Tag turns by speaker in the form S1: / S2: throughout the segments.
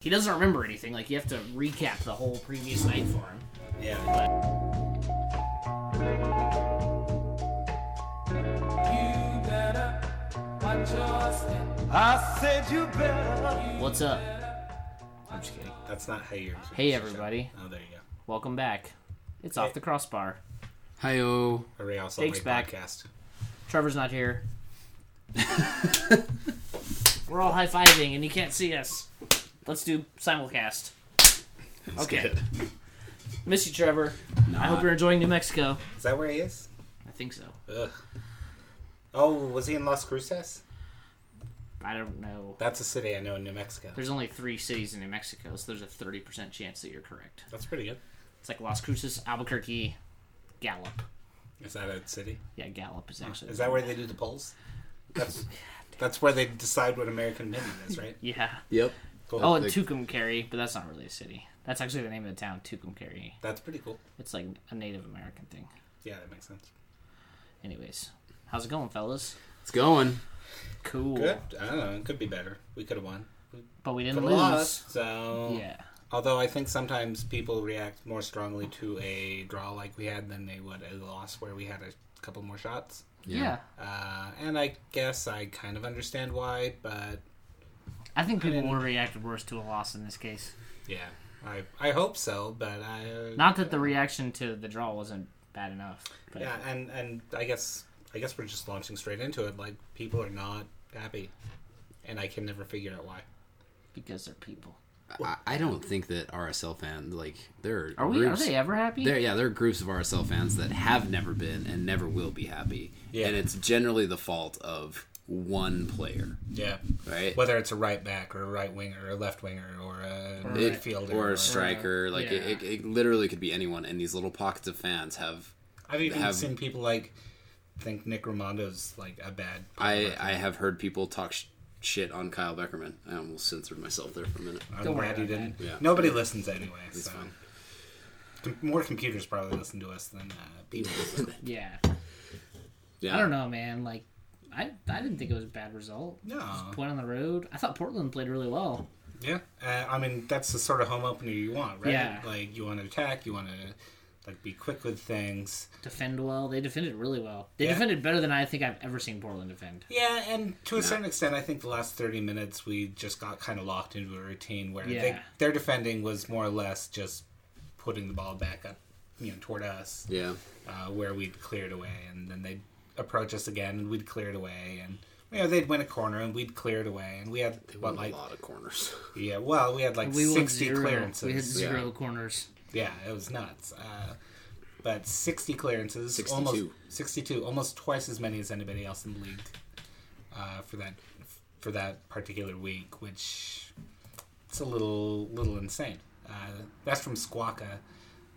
S1: he doesn't remember anything. Like you have to recap the whole previous night for him.
S2: Yeah.
S3: You better watch your step.
S4: I said you better.
S1: What's up? I'm just kidding.
S2: That's not how you're.
S1: Hey everybody,
S2: Oh, there you go.
S1: welcome back. It's off the crossbar.
S5: Hi-oh.
S2: A Ray also
S1: Takes
S2: Takes
S1: back.
S2: podcast.
S1: Trevor's not here. We're all high fiving and you can't see us. Let's do simulcast. okay.
S2: good.
S1: Miss you, Trevor. I hope you're enjoying New Mexico.
S2: Is that where he is?
S1: I think so.
S2: Ugh. Oh, was he in Las Cruces?
S1: I don't know.
S2: That's a city I know in New Mexico.
S1: There's only three cities in New Mexico, so there's a 30% chance that you're correct.
S2: That's pretty good.
S1: It's like Las Cruces, Albuquerque, Gallup.
S2: Is that a city?
S1: Yeah, Gallup is actually.
S2: Is that where they do the polls? That's that's where they decide what American Indian is, right?
S1: Yeah.
S5: Yep.
S2: Cool.
S1: Oh, and
S5: like-
S1: Tucumcari, but that's not really a city. That's actually the name of the town, Tucumcari.
S2: That's pretty cool.
S1: It's like a Native American thing.
S2: Yeah, that makes sense.
S1: Anyways, how's it going, fellas?
S5: It's going.
S1: Cool.
S2: Good. I don't know. It could be better. We could have won.
S1: But we
S2: Could
S1: didn't
S2: have
S1: lose.
S2: lost. So
S1: Yeah.
S2: Although I think sometimes people react more strongly to a draw like we had than they would a loss where we had a couple more shots.
S1: yeah.
S2: Uh, and I guess I kind of understand why, but
S1: I think people
S2: didn't-
S1: would react worse to a loss in this case.
S2: yeah, I I hope so. But I
S1: Not that the reaction to the draw wasn't bad enough. But
S2: yeah, and and I guess I guess we're just launching straight into it. Like people are not happy, and I can never figure out why.
S1: because they're people.
S5: I, I don't think that RSL fans like there
S1: Are we?
S5: Groups,
S1: Are they ever happy?
S5: There, yeah, there are groups of RSL fans that have never been and never will be happy,
S2: Yeah.
S5: and it's generally the fault of one player,
S2: Yeah,
S5: right?
S2: whether it's a right back or a right winger or a left winger or a
S5: It-
S2: midfielder
S5: or a striker, like it, it,
S1: Yeah.
S5: it literally could be anyone. And these little pockets of fans have.
S2: I've even
S5: have-
S2: seen people like think Nick Romando's like a bad.
S5: I I have heard people talk sh- shit on Kyle Beckerman. I almost censored myself there for a minute.
S2: I'm
S1: Don't worry
S2: glad you
S1: about
S2: didn't.
S5: that. Yeah.
S2: Nobody listens anyway.
S5: It's
S2: so.
S5: fine.
S2: Com- more computers probably listen to us than uh, people. listen.
S1: Yeah.
S5: Yeah,
S1: I don't know, man. Like, I I didn't think it was a bad result.
S2: no.
S1: Point on the road. I thought Portland played really well.
S2: Yeah. Uh, I mean, that's the sort of home opener you want, right?
S1: Yeah.
S2: Like you want to attack. You want to like be quick with things.
S1: Defend well. They defended really well. They
S2: Yeah.
S1: defended better than I think I've ever seen Portland defend.
S2: Yeah, and to a certain extent, I think the last thirty minutes we just got kind of locked into a routine where they,
S1: Yeah.
S2: their defending was more or less just putting the ball back up, you know, toward us.
S5: Yeah,
S2: uh, where we'd cleared away, and then they'd approach us again, and we'd clear it away, and you know they'd win a corner, and we'd clear it away, and we had what like
S5: a lot of corners.
S2: yeah, well we had like
S1: We won
S2: sixty
S1: zero. We had
S2: clearances,
S1: zero corners.
S2: yeah, it was nuts. Uh, but sixty clearances,
S5: 62.
S2: almost sixty-two, almost twice as many as anybody else in the league uh, for that for that particular week, which it's a little little insane. Uh, that's from Squawka.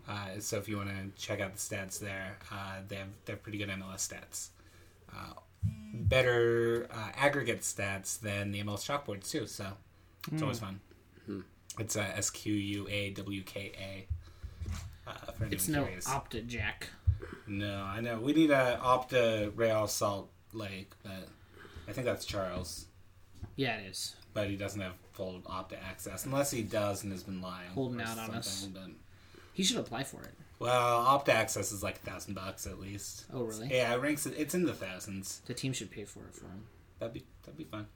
S2: Uh, so if you want to check out the stats there, uh, they have they're pretty good MLS stats. Uh, better uh, aggregate stats than the MLS chalkboards too. So it's always
S1: Hmm.
S2: fun. It's uh, S Q U A W K A. Uh, for
S1: It's
S2: anyone
S1: no
S2: curious.
S1: opta jack.
S2: No, I know. We need a Opta Real Salt Lake, but I think that's Charles.
S1: Yeah, it is.
S2: But he doesn't have full Opta access, unless he does and has been lying.
S1: Holding
S2: or
S1: out on us.
S2: something,
S1: He should apply for it.
S2: But, well, Opta access is like a thousand bucks at least.
S1: Oh, really?
S2: Yeah, it ranks. It's in the thousands.
S1: The team should pay for it for him.
S2: That'd be that'd be fun.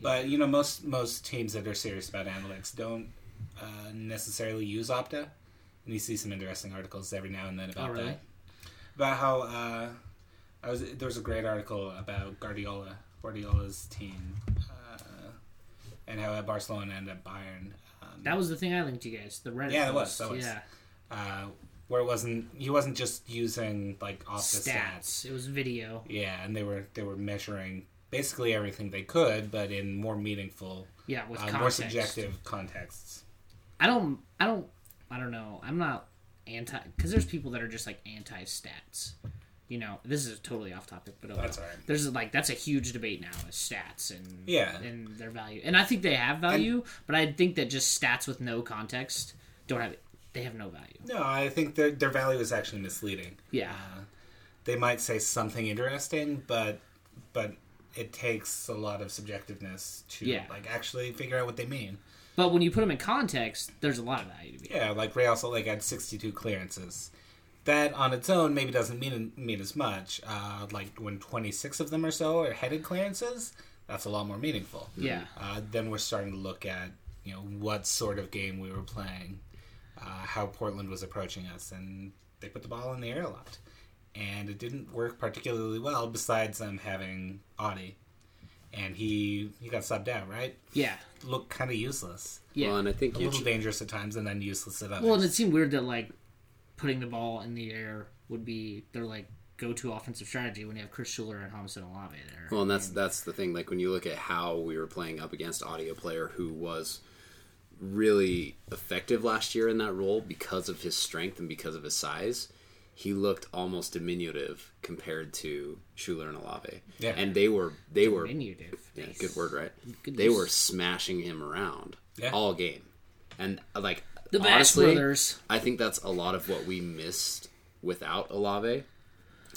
S2: But you know, most most teams that are serious about analytics don't uh, necessarily use Opta, and you see some interesting articles every now and then about
S1: Oh, really?
S2: that. About how uh, I was there was a great article about Guardiola, Guardiola's team, uh, and how Barcelona ended up Bayern. Um,
S1: That was the thing I linked you guys. The Reddit.
S2: Yeah, it was,
S1: post.
S2: that was.
S1: Yeah,
S2: uh, where it wasn't he wasn't just using like Opta
S1: stats.
S2: stats.
S1: It was video.
S2: Yeah, and they were they were measuring basically everything they could, but in more meaningful,
S1: Yeah, with
S2: uh,
S1: context.
S2: more subjective contexts.
S1: I don't. I don't. I don't know. I'm not anti because there's people that are just like anti stats. You know, this is totally off topic, but uh,
S2: That's all right.
S1: There's like that's a huge debate now is stats and
S2: Yeah.
S1: and their value, and I think they have value, but I think that just stats with no context don't have they have no value.
S2: No, I think their their value is actually misleading.
S1: Yeah,
S2: They might say something interesting, but but it takes a lot of subjectiveness to
S1: Yeah.
S2: like actually figure out what they mean.
S1: But when you put them in context, there's a lot of value to be.
S2: Yeah, like Ray also like had 62 clearances. That on its own maybe doesn't mean mean as much. Uh, like when 26 of them or so are headed clearances, that's a lot more meaningful.
S1: Yeah.
S2: Uh, then we're starting to look at you know what sort of game we were playing, uh, how Portland was approaching us, and they put the ball in the air a lot, and it didn't work particularly well. Besides them having Audi, and he he got subbed out right.
S1: Yeah.
S2: Looked kind of useless,
S1: Yeah.
S5: Well, and I think
S2: a
S5: you
S2: little dangerous at times, and then useless at others.
S1: Well, and it seemed weird that like putting the ball in the air would be their like go-to offensive strategy when you have Chris Schuler and Hamison Olave there.
S5: Well, and that's that's the thing. Like when you look at how we were playing up against Audio Player, who was really effective last year in that role because of his strength and because of his size, he looked almost diminutive compared to Schuler and Olave.
S2: Yeah.
S5: and they were they were
S1: Diminutive.
S5: yeah, good word, right?
S1: Good
S5: they
S1: use.
S5: were smashing him around
S2: Yeah.
S5: all game, and uh, like
S1: The Bash
S5: honestly,
S1: Brothers.
S5: I think that's a lot of what we missed without Olave.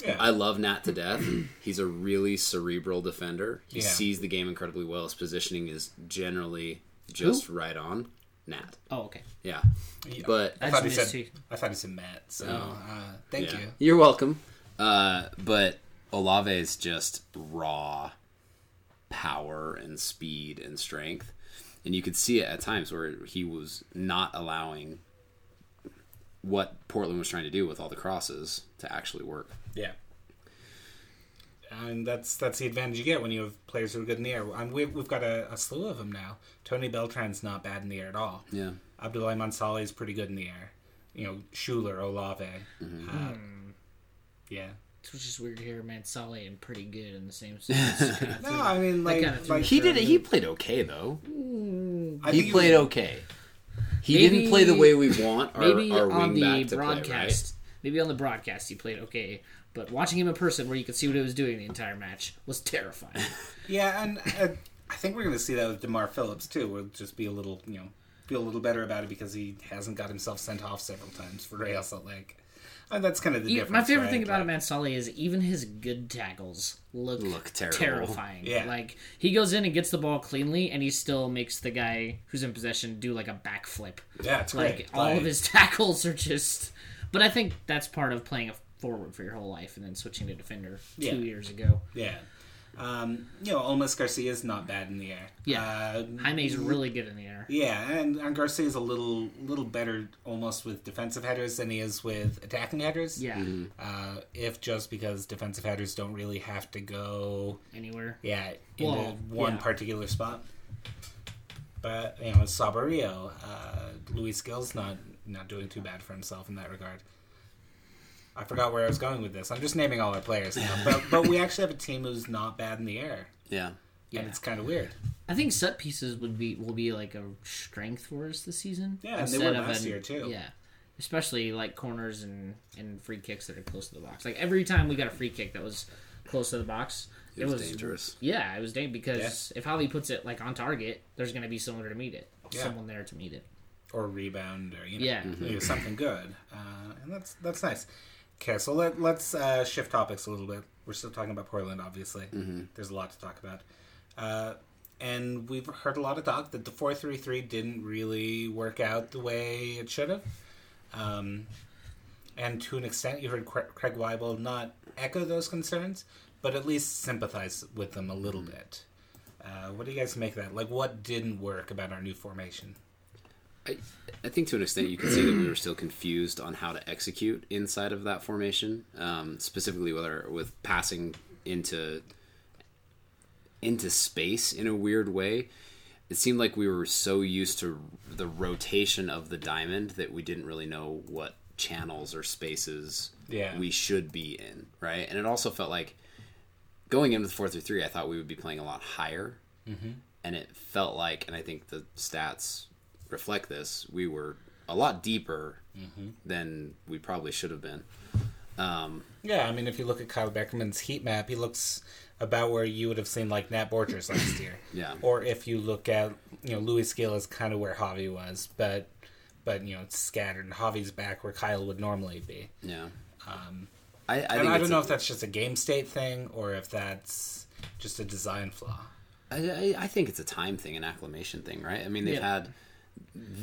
S2: yeah.
S5: I love Nat to death. He's a really cerebral defender. He
S2: Yeah.
S5: sees the game incredibly well. His positioning is generally just right on. Nat.
S1: Oh, okay.
S5: Yeah.
S2: Yeah.
S5: But
S2: I
S1: I
S2: thought he
S1: just
S2: said
S1: missed you.
S2: I thought he said Matt. So uh, thank
S5: Oh. yeah.
S2: you.
S5: You're welcome. Uh, but Olave is just raw power and speed and strength. And you could see it at times where he was not allowing what Portland was trying to do with all the crosses to actually work.
S2: Yeah. And that's that's the advantage you get when you have players who are good in the air. And we've, we've got a, a slew of them now. Tony Beltran's not bad in the air at all.
S5: Yeah.
S2: Abdullah Mansali is pretty good in the air. You know, Schuler, Olave.
S5: Mm-hmm.
S2: Uh, yeah.
S1: It's just weird to hear Mansali and pretty good in the same sentence. Kind of
S2: No,
S1: thing.
S2: I mean, like,
S1: kinda threw
S2: like
S5: He did it. He played okay though.
S2: I think
S5: he played okay. He didn't play the way we want our,
S1: maybe
S5: our
S1: on
S5: wing
S1: the
S5: back to
S1: broadcast,
S5: play, right?
S1: maybe on the broadcast he played okay, but watching him in person where you could see what he was doing the entire match was terrifying.
S2: Yeah, and uh, I think we're going to see that with Demar Phillips too. We'll just be a little, you know, feel a little better about it because he hasn't got himself sent off several times for Real Salt Lake. And that's kind of the
S1: Yeah,
S2: difference.
S1: My favorite thing
S2: right?
S1: about
S2: Like-
S1: him, Mansali, is even his good tackles look,
S5: Look terrible.
S1: terrifying.
S2: Yeah.
S1: Like he goes in and gets the ball cleanly, and he still makes the guy who's in possession do like a backflip.
S2: Yeah, it's
S1: Like
S2: great.
S1: all
S2: Like,
S1: of his tackles are just. But I think that's part of playing a forward for your whole life and then switching to defender
S2: Yeah.
S1: two years ago.
S2: Yeah. Um, you know, Olmes Garcia is not bad in the air.
S1: Yeah.
S2: Uh,
S1: Jaime's really good in the air.
S2: yeah, and, and Garcia is a little little better almost with defensive headers than he is with attacking headers.
S1: Yeah,
S2: Uh, if just because defensive headers don't really have to go
S1: anywhere.
S2: yeah, in the
S1: Well,
S2: one
S1: yeah.
S2: particular spot. But you know, Sabarillo, uh, Luis Gill's not not doing too bad for himself in that regard. I forgot where I was going with this. I'm just naming all our players now, but but we actually have a team who's not bad in the air,
S5: Yeah.
S1: Yeah.
S2: and it's kind of weird.
S1: I think set pieces would be will be like a strength for us this season.
S2: Yeah, and they
S1: instead
S2: were
S1: of
S2: last
S1: an-
S2: year, too.
S1: Yeah, especially like corners and and free kicks that are close to the box. Like every time we got a free kick that was close to the box, it,
S5: was dangerous.
S1: Yeah, it was dangerous because if Holly puts it like on target, there's going to be someone there to meet it.
S2: Yeah.
S1: Someone there to meet it.
S2: or rebound or you know,
S1: Yeah.
S2: you know, something good, uh, and that's that's nice. Okay, so let let's uh, shift topics a little bit. We're still talking about Portland, obviously. There's a lot to talk about, uh, and we've heard a lot of talk that the four three three didn't really work out the way it should have. Um, and to an extent, you heard Cra- Craig Weibel not echo those concerns, but at least sympathize with them a little bit. Uh, what do you guys make of that? Like, what didn't work about our new formation?
S5: I, I think to an extent you can see that we were still confused on how to execute inside of that formation, um, specifically whether with passing into into space in a weird way. It seemed like we were so used to the rotation of the diamond that we didn't really know what channels or spaces
S2: Yeah.
S5: we should be in, right? And it also felt like going into the four through three, I thought we would be playing a lot higher and it felt like, and I think the stats reflect this, we were a lot deeper than we probably should have been.
S2: Yeah, I mean, if you look at Kyle Beckerman's heat map, he looks about where you would have seen like Nat Borchers last year.
S5: Yeah.
S2: Or if you look at you know Louis Scale is kind of where Javi was, but but you know it's scattered. and Javi's back where Kyle would normally be.
S5: Yeah. Um, I, I, think
S2: And I
S5: it's
S2: don't
S5: a-
S2: know if that's just a game state thing or if that's just a design flaw?
S5: I, I- I think it's a time thing, an acclimation thing, right? I mean, they've
S1: Yeah.
S5: had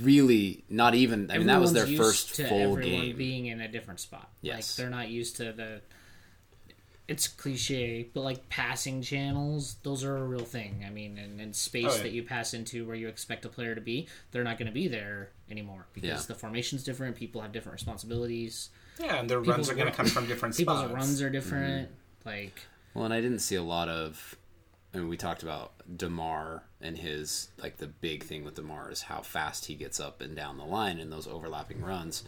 S5: really not even. I mean, that was their
S1: Everyone's used
S5: first
S1: to
S5: full
S1: everyone
S5: game.
S1: being in a different spot.
S5: Yes.
S1: Like they're not used to the. It's cliche, but like passing channels, those are a real thing. I mean, and, and space
S2: Oh, yeah.
S1: that you pass into where you expect a player to be, they're not going to be there anymore because
S5: Yeah.
S1: the formation's different. People have different responsibilities.
S2: Yeah, and their runs
S1: People's
S2: are going
S1: run-
S2: to come from different
S1: People's
S2: spots.
S1: runs are different.
S5: Mm-hmm.
S1: Like
S5: Well, and I didn't see a lot of. I mean, we talked about Demar and his like the big thing with Demar is how fast he gets up and down the line, and those overlapping runs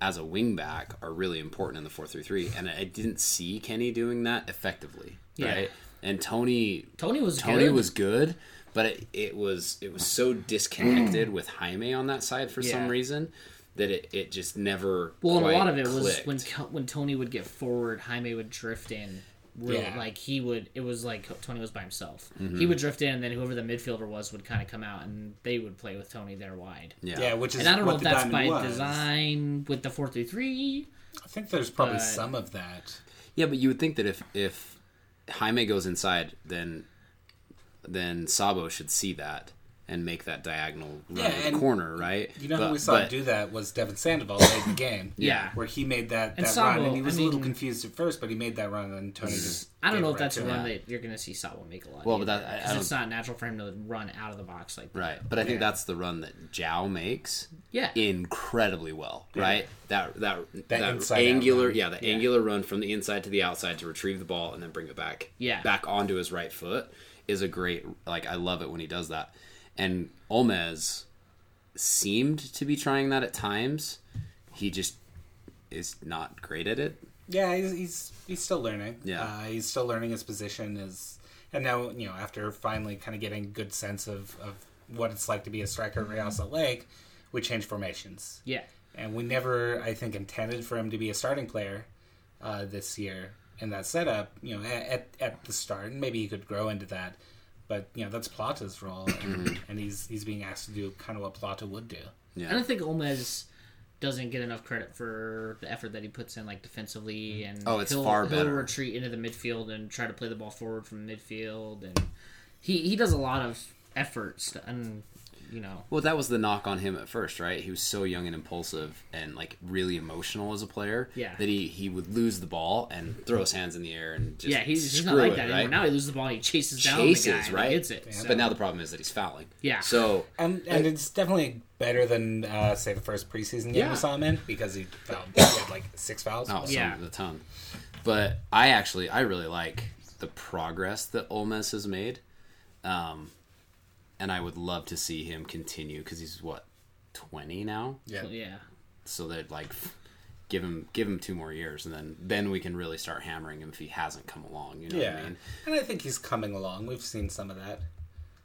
S5: as a wingback are really important in the four three three. And I didn't see Kenny doing that effectively.
S1: Yeah.
S5: Right? And Tony
S1: Tony was
S5: Tony
S1: good.
S5: was good, but it, it was it was so disconnected with Jaime on that side for
S1: Yeah.
S5: some reason that it, it just never
S1: Well, and a
S5: quite
S1: lot of it was
S5: clicked.
S1: when Kel- when Tony would get forward, Jaime would drift in. Real,
S2: Yeah.
S1: Like he would, it was like Tony was by himself.
S5: Mm-hmm.
S1: He would drift in, and then whoever the midfielder was would kind of come out, and they would play with Tony there wide.
S5: yeah.
S2: Yeah, which is
S1: And I don't
S2: what
S1: know if
S2: the
S1: that's
S2: diamond
S1: by
S2: was.
S1: design with the four three three.
S2: I think there's probably
S1: but-
S2: some of that.
S5: Yeah, but you would think that if if Jaime goes inside, then then Sabo should see that and make that diagonal run
S2: Yeah,
S5: to the
S2: and
S5: corner, right?
S2: You know
S5: but,
S2: who we saw
S5: but-
S2: do that was Devin Sandoval late in the game.
S1: Yeah.
S2: Where he made that, that
S1: Sabo,
S2: run. And he was
S1: I
S2: a little
S1: mean-
S2: confused at first, but he made that run and Tony just.
S1: I don't
S2: gave
S1: know
S2: it
S1: if
S2: right
S1: that's
S2: to
S1: a
S2: him.
S1: run that you're going to see Sawa make a lot.
S5: Well, but that- I- I
S1: because it's not natural for him to run out of the box like that.
S5: Right, but I think
S2: Yeah.
S5: that's the run that Zhao makes.
S1: Yeah.
S5: incredibly well. Right, that that that,
S2: inside out
S5: angular,
S2: run.
S5: yeah, the angular run from the inside to the outside to retrieve the ball and then bring it back,
S1: Yeah.
S5: back onto his right foot is a great. Like I love it when he does that, and Olmez seemed to be trying that at times. He just is not great at it.
S2: Yeah, he's, he's, he's still learning.
S5: Yeah.
S2: Uh, he's still learning his position. Is And now, you know, after finally kind of getting a good sense of, of what it's like to be a striker at Real Salt Lake, we changed formations.
S1: Yeah.
S2: And we never, I think, intended for him to be a starting player uh, this year in that setup. You know, a- at at the start, and maybe he could grow into that. But you know, that's Plata's role, and, and he's he's being asked to do kind of what Plata would do.
S1: I don't think Olmez doesn't get enough credit for the effort that he puts in, like defensively, and
S5: Oh, it's
S1: he'll,
S5: far
S1: he'll
S5: better.
S1: retreat into the midfield and try to play the ball forward from midfield, and he he does a lot of efforts, and you know,
S5: Well, that was the knock on him at first, right? He was so young and impulsive and like really emotional as a player.
S1: Yeah.
S5: That he he would lose the ball and throw his hands in the air and just
S1: yeah, he's, he's not
S5: screw
S1: like
S5: it,
S1: that
S5: right?
S1: anymore. Now he loses the ball, and he chases, down the
S5: Chases,
S1: guy,
S5: right?
S1: and hits it. so-
S5: But now the problem is that he's fouling.
S1: Yeah.
S5: So
S2: And and it's definitely better than uh, say the first preseason game
S5: Yeah.
S2: we saw him in because he fouled he had like six fouls.
S5: oh,
S1: Yeah.
S5: yeah, the ton. But I actually I really like the progress that Olmes has made, um, and I would love to see him continue because he's what twenty now.
S2: yeah.
S1: yeah,
S5: so they'd like f- give him give him two more years and then then we can really start hammering him if he hasn't come along you know
S2: Yeah,
S5: what i mean
S2: and I think he's coming along. We've seen some of that,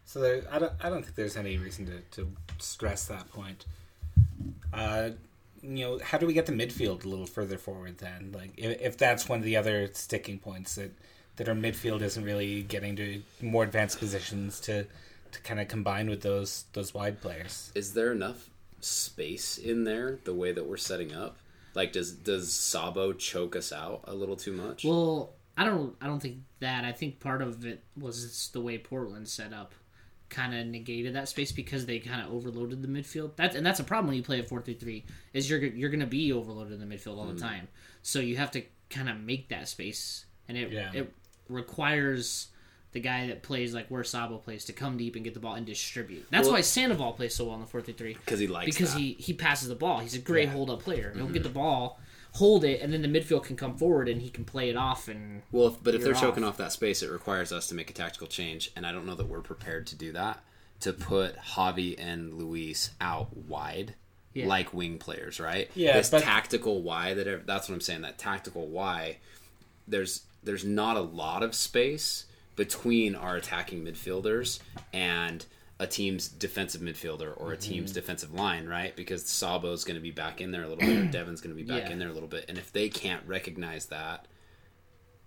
S2: so there, I don't. I don't think there's any reason to, to stress that point. Uh, you know, how do we get the midfield a little further forward then? Like, if, if that's one of the other sticking points that that our midfield isn't really getting to more advanced positions to to kind of combine with those those wide players.
S5: is there enough space in there the way that we're setting up like does does sabo choke us out a little too much
S1: Well, I don't. I don't think that. I think part of it was it's the way Portland set up, kind of negated that space because they kind of overloaded the midfield. That and that's a problem when you play a four three three is you're you're going to be overloaded in the midfield all
S5: Mm.
S1: the time. So you have to kind of make that space, and it
S2: Yeah.
S1: it requires the guy that plays like where Sabo plays to come deep and get the ball and distribute. That's
S5: Well-
S1: why Sandoval plays so well in the four three three
S5: because he likes
S1: because
S5: that.
S1: he he passes the ball. He's a great hold up player. He'll
S2: Mm-hmm.
S1: get the ball, hold it, and then the midfield can come forward and he can play it off. And
S5: well if, but if they're
S1: You're
S5: choking
S1: off.
S5: off that space it requires us to make a tactical change and i don't know that we're prepared to do that to put javi and luis out wide
S1: Yeah.
S5: like wing players right
S2: Yeah,
S5: this
S2: but-
S5: tactical why that ev- that's what i'm saying that tactical why there's there's not a lot of space between our attacking midfielders and a team's defensive midfielder or a
S1: Mm-hmm.
S5: team's defensive line, right? Because Sabo's going to be back in there a little bit, or Devin's going to be back
S1: Yeah.
S5: in there a little bit, and if they can't recognize that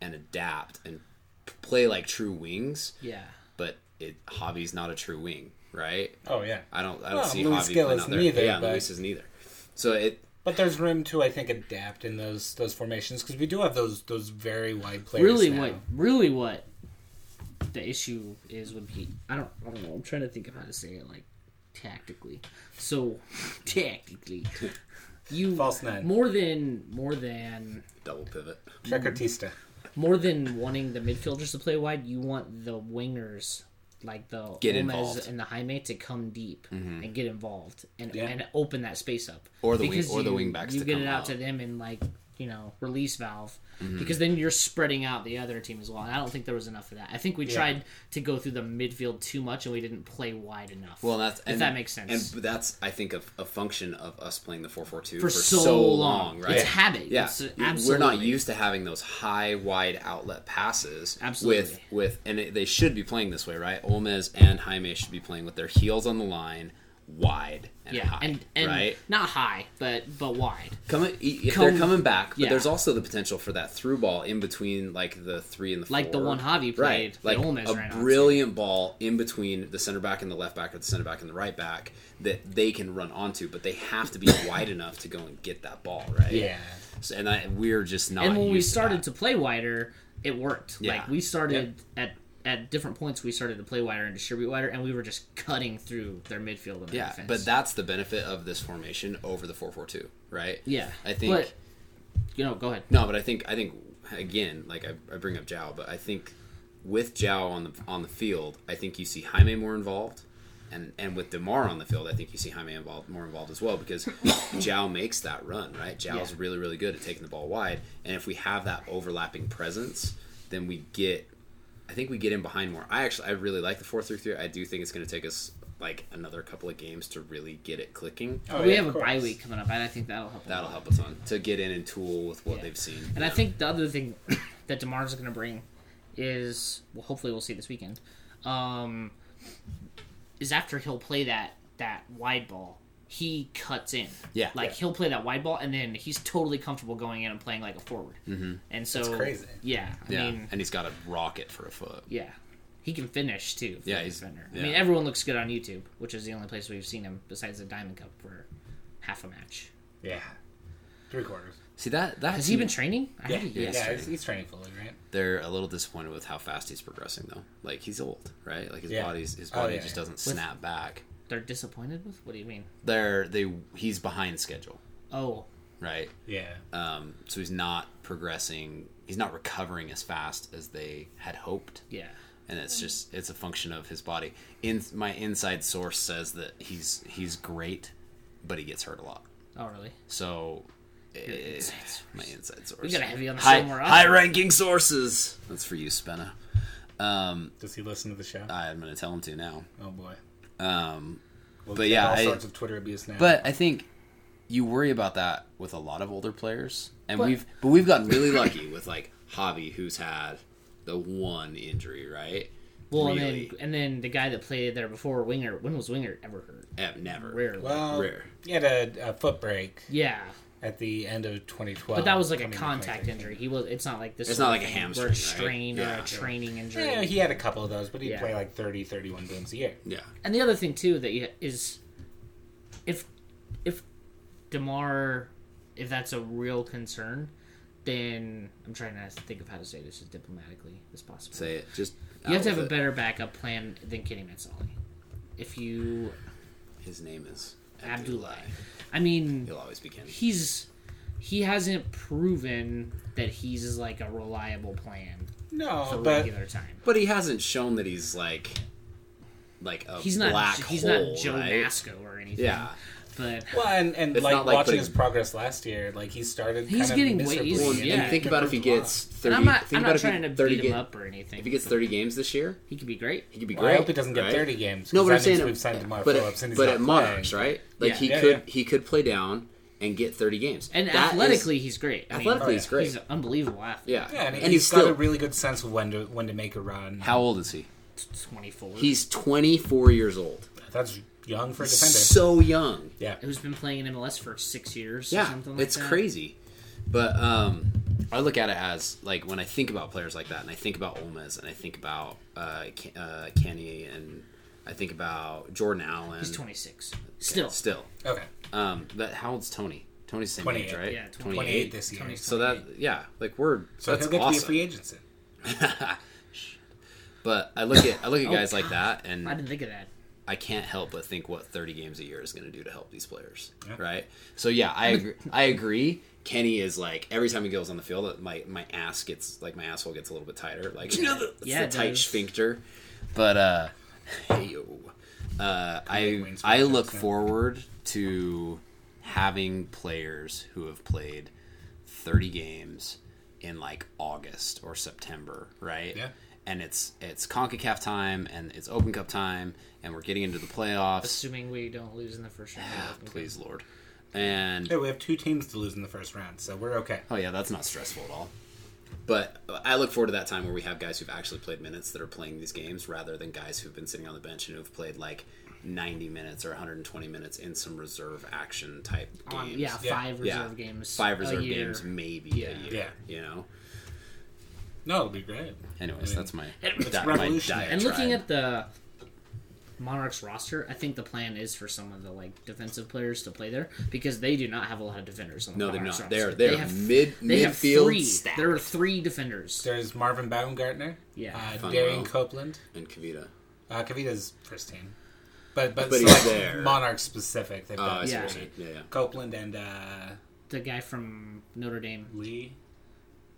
S5: and adapt and p- play like true wings,
S1: yeah,
S5: but it Javi's not a true wing, right?
S2: Oh yeah,
S5: I don't I don't
S2: Well,
S5: see
S2: Luis
S5: Javi
S2: Gil
S5: playing out
S2: isn't
S5: there.
S2: either,
S5: yeah,
S2: but-
S5: Luis isn't either. So it
S2: but there's room to I think adapt in those those formations because we do have those those very wide players.
S1: really
S2: now.
S1: what really what the issue is would be I don't I don't know. I'm trying to think of how to say it like tactically. So tactically, you
S2: False nine.
S1: more than more than
S5: Double pivot.
S2: Check Artista.
S1: more than wanting the midfielders to play wide. You want the wingers. Like the
S5: Get
S1: Olmes
S5: involved. Mm-hmm.
S1: and the Jaime to come deep and get involved and,
S2: Yeah.
S1: and open that space up,
S5: Or the wing- or the wing backs
S1: You
S5: to
S1: get
S5: come
S1: it out
S5: out. Mm-hmm.
S1: to them in like you know release valve because then you're spreading out the other team as well. And I don't think there was enough of that. I think we tried to go through the midfield too much and we didn't play wide enough.
S5: Well, that's
S1: if
S5: and,
S1: that makes sense.
S5: And that's I think a, a function of us playing the four four two
S1: for, so, long,
S5: right?
S1: It's habit.
S5: Yeah,
S1: It's,
S5: we're
S1: absolutely.
S5: not used to having those high wide outlet passes.
S1: Absolutely.
S5: with with and it, they should be playing this way, right? Olmes and Jaime should be playing with their heels on the line, wide and
S1: Yeah,
S5: high,
S1: and and
S5: right?
S1: not high, but but wide.
S5: Coming if
S1: Come-
S5: they're coming back, but
S1: yeah.
S5: there's also the potential for that through ball in between, like the three and the four.
S1: Like the one Javi played
S5: right?
S1: that
S5: Like
S1: Olmes
S5: a
S1: ran onto.
S5: brilliant ball in between the center back and the left back, or the center back and the right back that they can run onto, but they have to be wide enough to go and get that ball, right?
S2: Yeah.
S5: So, and I, we're just not.
S1: and when we
S5: used to
S1: started
S5: that.
S1: to, play wider, it worked.
S5: Yeah.
S1: Like we started at at different points, we started to play wider and distribute wider, and we were just cutting through their midfield and their
S5: Yeah,
S1: defense.
S5: but that's the benefit of this formation over the four four two, right?
S1: yeah,
S5: I think
S1: But, you know, go ahead.
S5: no, but I think I think again, like I, I bring up Jao, but I think with Jao on the on the field, I think you see Jaime more involved, and and with Demar on the field, I think you see Jaime involved more involved as well because Jao makes that run, right? Jao's
S1: Yeah.
S5: really really good at taking the ball wide, and if we have that overlapping presence, then we get. I think we get in behind more. I actually I really like the four three three. I do think it's going to take us like another couple of games to really get it clicking.
S2: Oh,
S1: we
S2: yeah,
S1: have a
S2: of course.
S1: bye week coming up, and I think that'll help. a
S5: That'll
S1: lot.
S5: help a ton to get in and tool with what
S1: Yeah.
S5: they've seen.
S1: And I think the other thing that Demar's going to bring is, well, hopefully we'll see this weekend, um, is after he'll play that that wide ball, he cuts in.
S5: Yeah.
S1: like
S5: Yeah.
S1: he'll play that wide ball, and then he's totally comfortable going in and playing like a forward. Mm-hmm. And so,
S2: crazy.
S1: Yeah, I
S5: yeah,
S1: mean,
S5: and he's got a rocket for a foot.
S1: yeah, he can finish too. for
S5: Yeah,
S1: a
S5: he's-
S1: defender. I
S5: yeah.
S1: mean, everyone looks good on YouTube, which is the only place we've seen him besides the Diamond Cup for half a match.
S2: Yeah. Three quarters.
S5: See that that
S1: Has he been training? I
S2: Yeah,
S1: heard he
S2: yeah,
S1: is.
S2: he's, he's training fully, right?
S5: They're a little disappointed with how fast he's progressing though. Like he's old, right? Like his
S2: Yeah.
S5: body's his
S2: Oh,
S5: body
S2: yeah,
S5: just
S2: yeah.
S5: doesn't snap back.
S1: They're disappointed with. What do you mean?
S5: They're they he's behind schedule,
S1: Oh,
S5: right?
S2: Yeah.
S1: Uh,
S5: Um, so he's not progressing. He's not recovering as fast as they had hoped.
S1: yeah.
S5: and it's just it's a function of his body. In my inside source says that he's he's great, but he gets hurt a lot.
S1: Oh, really?
S5: So, eh,
S1: inside
S5: my inside source.
S1: gotta have you on the
S5: high,
S1: show more often.
S5: high ranking sources. That's for you, Spenna. Um,
S2: Does he listen to the
S1: uh,
S2: show?
S5: I'm gonna tell him to now.
S2: oh boy.
S5: Um,
S2: We'll
S5: but
S2: get
S5: yeah,
S2: all
S5: I-
S2: sorts of Twitter abuse now.
S5: but I think you worry about that with a lot of older players, and
S1: But-
S5: we've but we've gotten really lucky with like Javi, who's had the one injury, right?
S1: Well,
S5: Really.
S1: and then and then the guy that played there before Winger. When was Winger ever hurt?
S5: Eh, Never.
S1: Rarely.
S2: well,
S5: rare.
S2: he had a, a foot break
S1: yeah,
S2: at the end of 2012.
S1: but that was like a
S2: I mean,
S1: contact
S2: 2013.
S1: injury. He was. It's not like this.
S5: It's
S1: sort
S5: not
S1: of
S5: like a
S1: thing
S5: hamstring,
S1: where
S5: right?
S1: it's strain or
S5: Yeah.
S1: a training injury.
S2: Yeah, he had a couple of those, but he'd
S1: Yeah.
S2: play like 30, 31 games a year.
S5: Yeah.
S1: And the other thing too that you, is, if if Demar, if that's a real concern, then I'm trying to think of how to say this as diplomatically as possible.
S5: Say it. Just
S1: you have to
S5: out
S1: have a
S5: with it.
S1: better backup plan than Kenny Matsali. If you
S5: His name is
S1: Abdullah, I mean,
S5: He'll always be Kenny.
S1: he's he hasn't proven that he's like a reliable plan
S2: No,
S1: for
S2: but
S1: regular time.
S5: But he hasn't shown that he's like, like a
S1: He's not
S5: black
S1: he's
S5: hole,
S1: not Joe
S5: right?
S1: Masco or anything.
S5: Yeah.
S1: but
S2: well, and, and
S5: It's
S2: like
S5: not like
S2: watching
S5: putting-
S2: his progress last year, like he started.
S1: He's
S2: kind
S1: getting
S2: of
S1: way
S2: miserably
S1: easier.
S5: Well,
S1: Yeah.
S5: and think about if he gets
S1: and
S5: thirty.
S1: I'm not
S5: think
S1: I'm
S5: about
S1: not
S5: if he-
S1: trying to
S5: 30
S1: beat
S5: ga-
S1: him up or anything.
S5: If he gets thirty games this year,
S1: he could be great.
S5: he could be
S2: Well,
S5: great.
S2: I hope he doesn't get
S5: right?
S2: 30 games.
S5: No,
S2: 'cause
S5: but I'm
S2: that
S5: saying,
S2: means we've signed Demar
S5: but,
S2: Phillips and
S5: it,
S2: he's
S5: but
S2: not
S5: it monitors,
S2: playing.
S5: right? Like
S1: Yeah.
S5: he
S2: Yeah,
S5: could
S2: yeah.
S5: he could play down and get thirty games.
S1: And
S5: That is-
S1: athletically, he's great. I mean,
S5: athletically he's great.
S1: He's an unbelievable athlete.
S5: yeah,
S2: Yeah, and,
S5: he's,
S2: he's got
S5: still.
S2: a really good sense of when to when to make a run.
S5: how old is he?
S1: 24.
S5: He's twenty four years old.
S2: That's young for a defender.
S5: So young.
S2: yeah,
S1: who's been playing in MLS for six years. or
S5: yeah,
S1: something like
S5: it's
S1: that.
S5: crazy. But um, I look at it as like when I think about players like that, and I think about Olmes, and I think about uh, Ke- uh, Kenny, and I think about Jordan Allen.
S1: He's 26. Still,
S5: Still,
S2: okay,
S5: um, that how old's Tony? Tony's the same age,
S2: 28.
S5: right?
S1: yeah, 28,
S2: 28 this year.
S1: Tony's
S5: So that yeah, like we're
S2: so
S5: that's
S2: he'll get to be a
S5: awesome.
S2: free agent soon.
S5: But I look at I look at guys like that, and
S1: Oh, I didn't think of that.
S5: I can't help but think what 30 games a year is going to do to help these players, right? So yeah, I agree. I agree. Kenny is like every time he goes on the field, uh, my my ass gets like my asshole gets a little bit tighter, like you know, the, it's
S1: Yeah,
S5: the
S1: it
S5: tight
S1: does.
S5: sphincter. But uh, hey yo, uh, I
S2: Wayne's
S5: I
S2: World
S5: look
S2: Cup,
S5: forward to having players who have played 30 games in like August or September, right?
S2: Yeah.
S5: And it's it's Concacaf time and it's Open Cup time and we're getting into the playoffs.
S1: Assuming we don't lose in the first round.
S5: Ah, please, Lord. And
S2: Hey, we have two teams to lose in the first round, so we're okay.
S5: oh yeah, that's not stressful at all. But I look forward to that time where we have guys who've actually played minutes that are playing these games rather than guys who've been sitting on the bench and who've played like 90 minutes or 120 minutes in some reserve action type
S1: On,
S5: games.
S1: Um, yeah,
S2: Yeah.
S1: five
S5: Yeah.
S1: reserve games.
S5: Five
S1: a
S5: reserve
S1: year.
S5: games, maybe a
S1: Yeah.
S5: year.
S2: Yeah.
S5: You know.
S2: No, it'll be great.
S5: Anyways, that's my
S2: It's
S5: that, my
S2: revolutionary.
S5: diet.
S1: And looking
S5: tribe.
S1: at the Monarchs roster, I think the plan is for some of the like defensive players to play there because they do not have a lot of defenders. On the
S5: no, they're
S1: Monarchs
S5: not.
S1: roster.
S5: They're they're
S1: They have-
S5: mid
S1: They have
S5: midfield
S1: three.
S5: stacked.
S1: There are three defenders.
S2: There's Marvin Baumgartner,
S1: Yeah.
S2: uh,
S5: Fun
S2: Darian
S5: world.
S2: Copeland,
S5: and Kavita.
S2: uh, Kavita's first team, but but,
S5: But
S2: so,
S5: he's
S2: like,
S5: there.
S2: Monarch specific. They've
S5: Oh, I
S2: got
S5: see
S1: Yeah.
S5: what you're saying. Yeah, yeah.
S2: Copeland and uh,
S1: The guy from Notre Dame
S2: Lee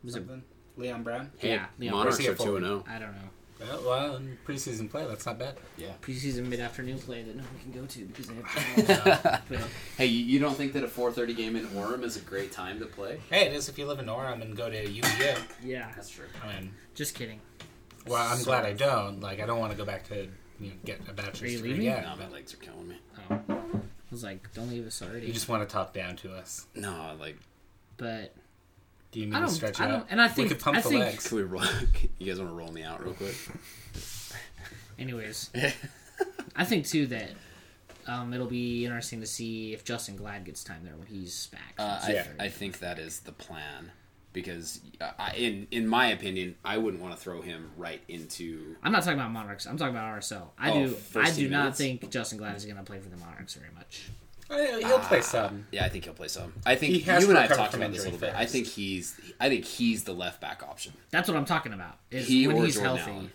S1: was it?
S2: something? Leon Brown.
S5: Hey,
S1: Yeah, Leon
S5: Monarchs
S2: Garcia
S5: are two and oh. zero.
S1: I don't know.
S2: Well, well, in preseason play, that's not bad.
S5: Yeah.
S1: Preseason mid afternoon play that no one can go to because they have. but,
S5: Hey, you, you don't think that a 4:30 game in Orem is a great time to play?
S2: Hey, it is if you live in Orem and go to UVU.
S1: yeah,
S5: true.
S2: I mean,
S1: just kidding.
S2: well, I'm glad I don't. Like, I don't want to go back to you know, get
S1: Are
S2: a
S1: you
S2: bachelor's degree.
S1: leaving?
S2: Yeah,
S5: No, my legs are killing me.
S1: Oh. I was like, don't leave us already.
S2: you just want to talk down to us.
S5: No, like,
S1: but
S2: Do you need
S1: I
S2: to
S1: don't-
S2: stretch
S1: I
S2: it
S1: don't-
S2: out?
S1: and I
S2: we
S1: think-
S2: could pump
S1: I
S2: the
S1: think-
S2: legs.
S5: can we roll? you guys want to roll me out real quick?
S1: anyways, I think too that um, it'll be interesting to see if Justin Glad gets time there when he's back.
S5: Uh, I,
S2: Yeah.
S5: I think that is the plan because, uh, I, in in my opinion, I wouldn't want to throw him right into.
S1: I'm not talking about Monarchs. I'm talking about RSL. I
S5: Oh,
S1: do. I
S5: first
S1: do
S5: team
S1: not
S5: minutes?
S1: think Justin Glad is going to play for the Monarchs very much.
S2: Eh, He'll play
S1: Ah.
S2: some.
S5: Yeah, I think he'll play some. I think
S2: He has
S5: you and I have
S2: recovered
S5: talked
S2: from
S5: about this a
S2: injury
S5: little bit. I
S2: first.
S5: think he's. I think he's the left back option.
S1: That's what I'm talking about. Is
S5: He
S1: when
S5: or
S1: he's
S5: Jordan
S1: healthy
S5: Allen.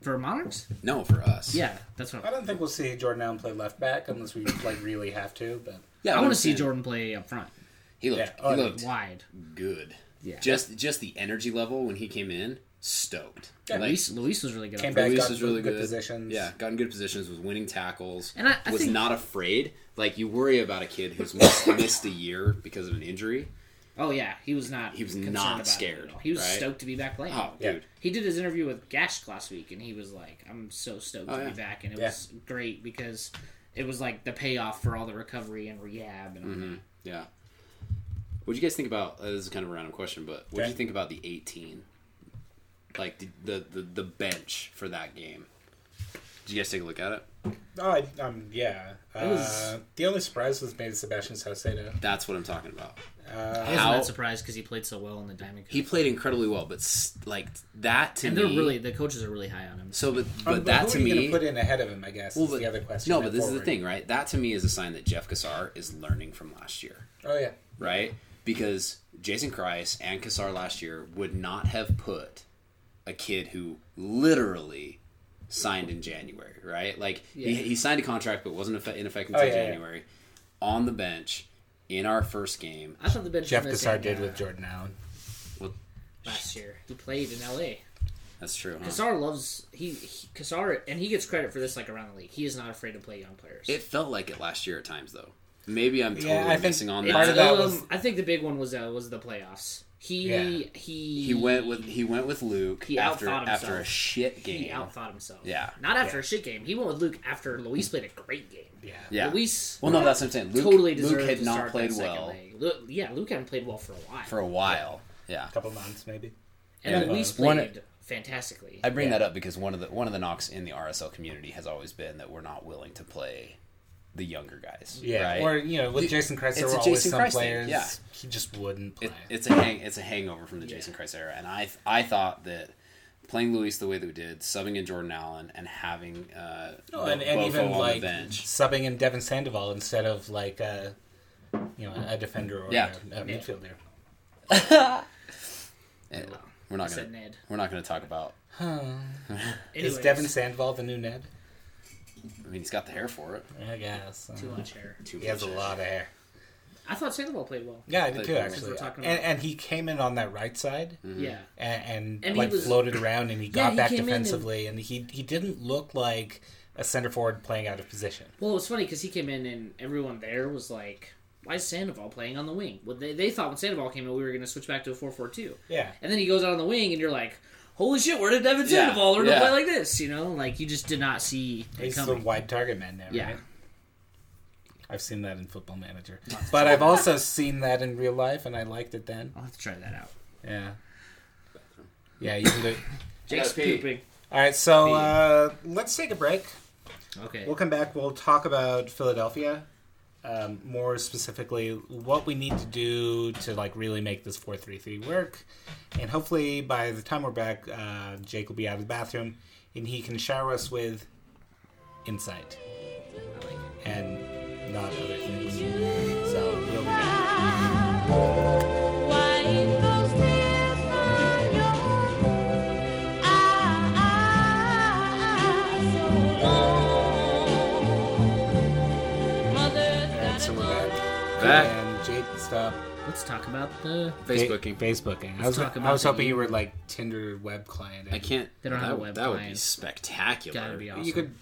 S1: for Monarchs.
S5: No, for us.
S1: Yeah, that's what.
S2: I
S1: I'm,
S2: don't think we'll see Jordan Allen play left back unless we like really have to. But
S5: yeah.
S1: I
S5: but
S1: want
S5: I'm
S1: to see
S5: saying
S1: Jordan play up front,
S5: He looked.
S2: Yeah, oh, I
S5: he
S2: mean,
S5: looked
S1: wide.
S5: good.
S1: Yeah.
S5: Just just the energy level when he came in, stoked.
S2: Yeah,
S5: like,
S1: Luis, Luis was really good.
S2: Came
S1: up
S2: back.
S1: front.
S5: Luis
S2: got
S5: was really
S2: good
S5: good,
S2: positions.
S5: Yeah, got in good positions. Was winning tackles.
S1: And I- I
S5: was
S1: think-
S5: not afraid. Like you worry about a kid who's missed, missed a year because of an injury.
S1: Oh yeah, he was not.
S5: He was
S1: concerned
S5: not
S1: about it at
S5: scared,
S1: all. He was
S5: right?
S1: stoked to be back playing.
S5: Oh,
S2: Yeah.
S5: dude.
S1: He did his interview with Gash last week, and he was like, "I'm so stoked
S5: Oh,
S1: to
S5: yeah.
S1: be back," and it
S2: Yeah.
S1: was great because it was like the payoff for all the recovery and rehab. And all
S5: Mm-hmm.
S1: that.
S5: Yeah. What do you guys think about? Uh, this is kind of a random question, but what do
S2: Okay.
S5: you think about the eighteen? Like the, the the the bench for that game. Did you guys take a look at it?
S2: Oh, I, um, yeah. Uh,
S1: was-
S2: The only surprise was made Sebastian Saucedo.
S5: That's what I'm talking about.
S2: Uh,
S1: I wasn't
S5: How-
S1: that surprised because he played so well in the Diamond Cup.
S5: He played incredibly well, but s- like that to
S1: and
S5: me.
S1: they're really the coaches are really high on him.
S5: so, but,
S2: Um,
S5: but that
S2: who
S5: to
S2: are you
S5: me.
S2: gonna put in ahead of him, I guess, is
S5: Well,
S2: the other question.
S5: No,
S2: at
S5: but this is
S2: forward.
S5: the thing, right? That to me is a sign that Jeff Kassar is learning from last year,
S2: Oh yeah,
S5: right? Because Jason Christ and Kassar last year would not have put a kid who literally signed in January, right? Like he,
S1: Yeah.
S5: he signed a contract but wasn't effe- in effect until
S2: Oh, yeah, yeah.
S5: January on the bench in our first game.
S1: I thought the bench
S2: Jeff
S1: was
S2: Cassar
S1: missing,
S2: did
S1: uh,
S2: with Jordan Allen.
S5: Well,
S1: last year. He played in L.A.
S5: Oh. that's true. Huh?
S1: Kassar loves he, he Kassar, and he gets credit for this like around the league. He is not afraid to play young players.
S5: It felt like it last year at times, though. Maybe I'm totally
S2: Yeah, I think
S5: missing on
S1: It's,
S5: that.
S2: part of that
S1: um,
S2: was-
S1: I think the big one was uh, was the playoffs. He
S2: Yeah.
S1: he
S5: he went with he went with Luke
S1: He
S5: after
S1: outthought
S5: after a
S1: himself.
S5: shit game.
S1: he outthought himself.
S5: Yeah.
S1: not after
S2: Yeah.
S1: a shit game. He went with Luke after Luis played a great game.
S2: Yeah,
S5: yeah.
S1: Luis
S5: Well, no, that's what I'm saying. Luke,
S1: totally
S5: Luke
S1: deserved
S5: had
S1: to
S5: not
S1: start
S5: played
S1: that second
S5: well
S1: leg. Lu- yeah, Luke hadn't played well for a while,
S5: for a while. Yeah,
S2: a couple months maybe.
S1: and
S5: yeah.
S1: then Luis
S5: One-
S1: played fantastically.
S5: I bring that up because one of the one of the knocks in the RSL community has always been that we're not willing to play the younger guys.
S2: Yeah,
S5: right?
S2: or you know, with Jason Christ, there
S5: it's
S2: were
S5: a
S2: always
S5: Jason
S2: some
S5: Christ thing,
S2: players
S5: yeah.
S2: he just wouldn't play.
S5: it, it's a hang it's a hangover from the Jason Christ era, and I I thought that. Playing Luis the way that we did, subbing in Jordan Allen, and having uh,
S2: Oh,
S5: Bo-
S2: and, and
S5: Bofo
S2: even
S5: on
S2: like
S5: the bench,
S2: subbing in Devin Sandoval instead of like a you know a defender or
S5: Yeah.
S2: a, a midfielder.
S5: Eh,
S1: Well,
S5: we're
S1: I
S5: not gonna
S1: said Ned.
S5: we're not gonna talk about
S1: Anyways,
S2: Is Devin Sandoval the new Ned?
S5: I mean, he's got the hair for it.
S2: I guess. uh,
S1: too much hair?
S5: Too
S2: He has a
S5: much.
S2: lot of hair.
S1: I thought Sandoval played well.
S2: Yeah, I did too,
S5: Like,
S2: actually.
S1: we're talking
S2: And,
S1: about-
S2: and he came in on that right side
S5: Mm. Mm-hmm.
S1: Yeah,
S2: and, and,
S1: And he
S2: like
S1: was-
S2: floated around and he
S1: Yeah,
S2: got
S1: he
S2: back
S1: came in and-
S2: defensively and he he didn't look like a center forward playing out of position.
S1: Well, it was funny because he came in and everyone there was like, "Why is Sandoval playing on the wing?" Well, they, they thought when Sandoval came in, we were going to switch back to a four-four-two.
S2: Yeah.
S1: And then he goes out on the wing, and you're like, "Holy shit! Where did Devin
S5: Yeah,
S1: Sandoval learn to
S5: yeah.
S1: play like this?" You know, like you just did not see it
S2: He's a
S1: coming.
S2: wide target man now,
S1: Yeah.
S2: right? I've seen that in Football Manager. But I've also seen that in real life and I liked it then.
S1: I'll have to try that out.
S2: Yeah. Yeah, you can do
S1: Jake's
S5: pee.
S1: pooping.
S2: All right, so uh, let's take a break.
S1: Okay.
S2: We'll come back. We'll talk about Philadelphia, um, more specifically what we need to do to like really make this four three three work, and hopefully by the time we're back, uh, Jake will be out of the bathroom and he can shower us with insight and not other things. So we'll be back.
S6: Wipe those tears from your eyes so long. Mother's
S2: All right,
S6: got
S2: so
S6: a
S2: we're back.
S5: Back.
S2: And Jake, stop.
S1: Let's talk about the.
S5: Facebooking.
S2: Fa- Facebooking. I was,
S1: talk
S2: I
S1: about
S2: was
S1: the
S2: hoping you
S1: email.
S2: were like Tinder web client.
S5: I can't.
S1: They don't
S5: that,
S1: have a web
S5: that would be
S1: client.
S5: spectacular.
S1: Gotta be awesome.
S2: You could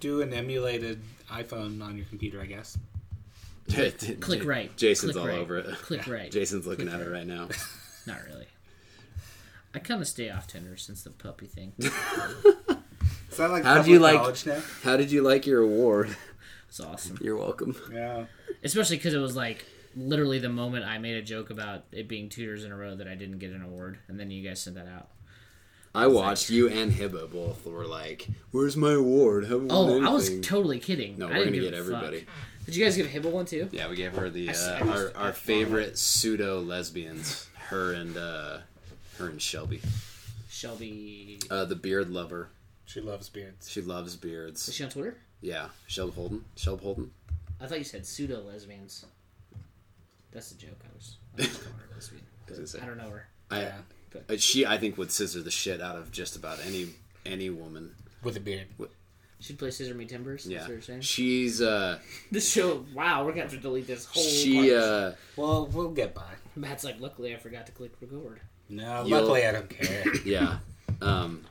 S2: do an emulated iPhone on your computer, I guess.
S1: Click right.
S5: Jason's
S1: Click
S5: all
S1: right.
S5: over it.
S1: Click right.
S5: Jason's looking
S1: Click
S5: at it right now.
S1: Not really. I kind of stay off Tinder since the puppy thing.
S2: Is that like
S5: How do
S2: public
S5: you like-
S2: knowledge now?
S5: How did you like your award?
S1: It's awesome.
S5: You're welcome.
S2: Yeah.
S1: especially because it was like literally the moment I made a joke about it being two years in a row that I didn't get an award, and then you guys sent that out.
S5: I watched you and Hibba both were like, "Where's my award? Haven't
S1: Oh,
S5: won
S1: I was
S5: anything."
S1: totally kidding. I
S5: No, we're
S1: didn't
S5: gonna
S1: give
S5: get
S1: a fuck.
S5: everybody.
S1: Did you guys give Hibble one too?
S5: Yeah, we gave her the
S1: s- I
S5: uh,
S1: must-
S5: our, our favorite pseudo lesbians, her and uh, her and Shelby,
S1: Shelby,
S5: uh, the beard lover.
S2: She loves beards.
S5: She loves
S1: is
S5: beards.
S1: she on Twitter?
S5: Yeah, Shelb Holden. Shelb Holden.
S1: I thought you said pseudo lesbians. That's a joke. I was, I was calling her a lesbian.
S5: Does it say?
S1: I don't know her.
S5: I,
S2: Yeah.
S5: uh, she, I think, would scissor the shit out of just about any any woman.
S2: With a beard.
S1: She'd play Scissor Me Timbers. Yeah.
S5: Yeah,
S1: That's what you're saying.
S5: she's uh,
S1: This show. Wow, we're gonna have to delete this whole.
S5: she
S1: part.
S5: uh,
S2: Well, we'll get by.
S1: Matt's like, luckily I forgot to click record.
S2: No,
S5: You'll-
S2: luckily I don't care.
S5: yeah. Um,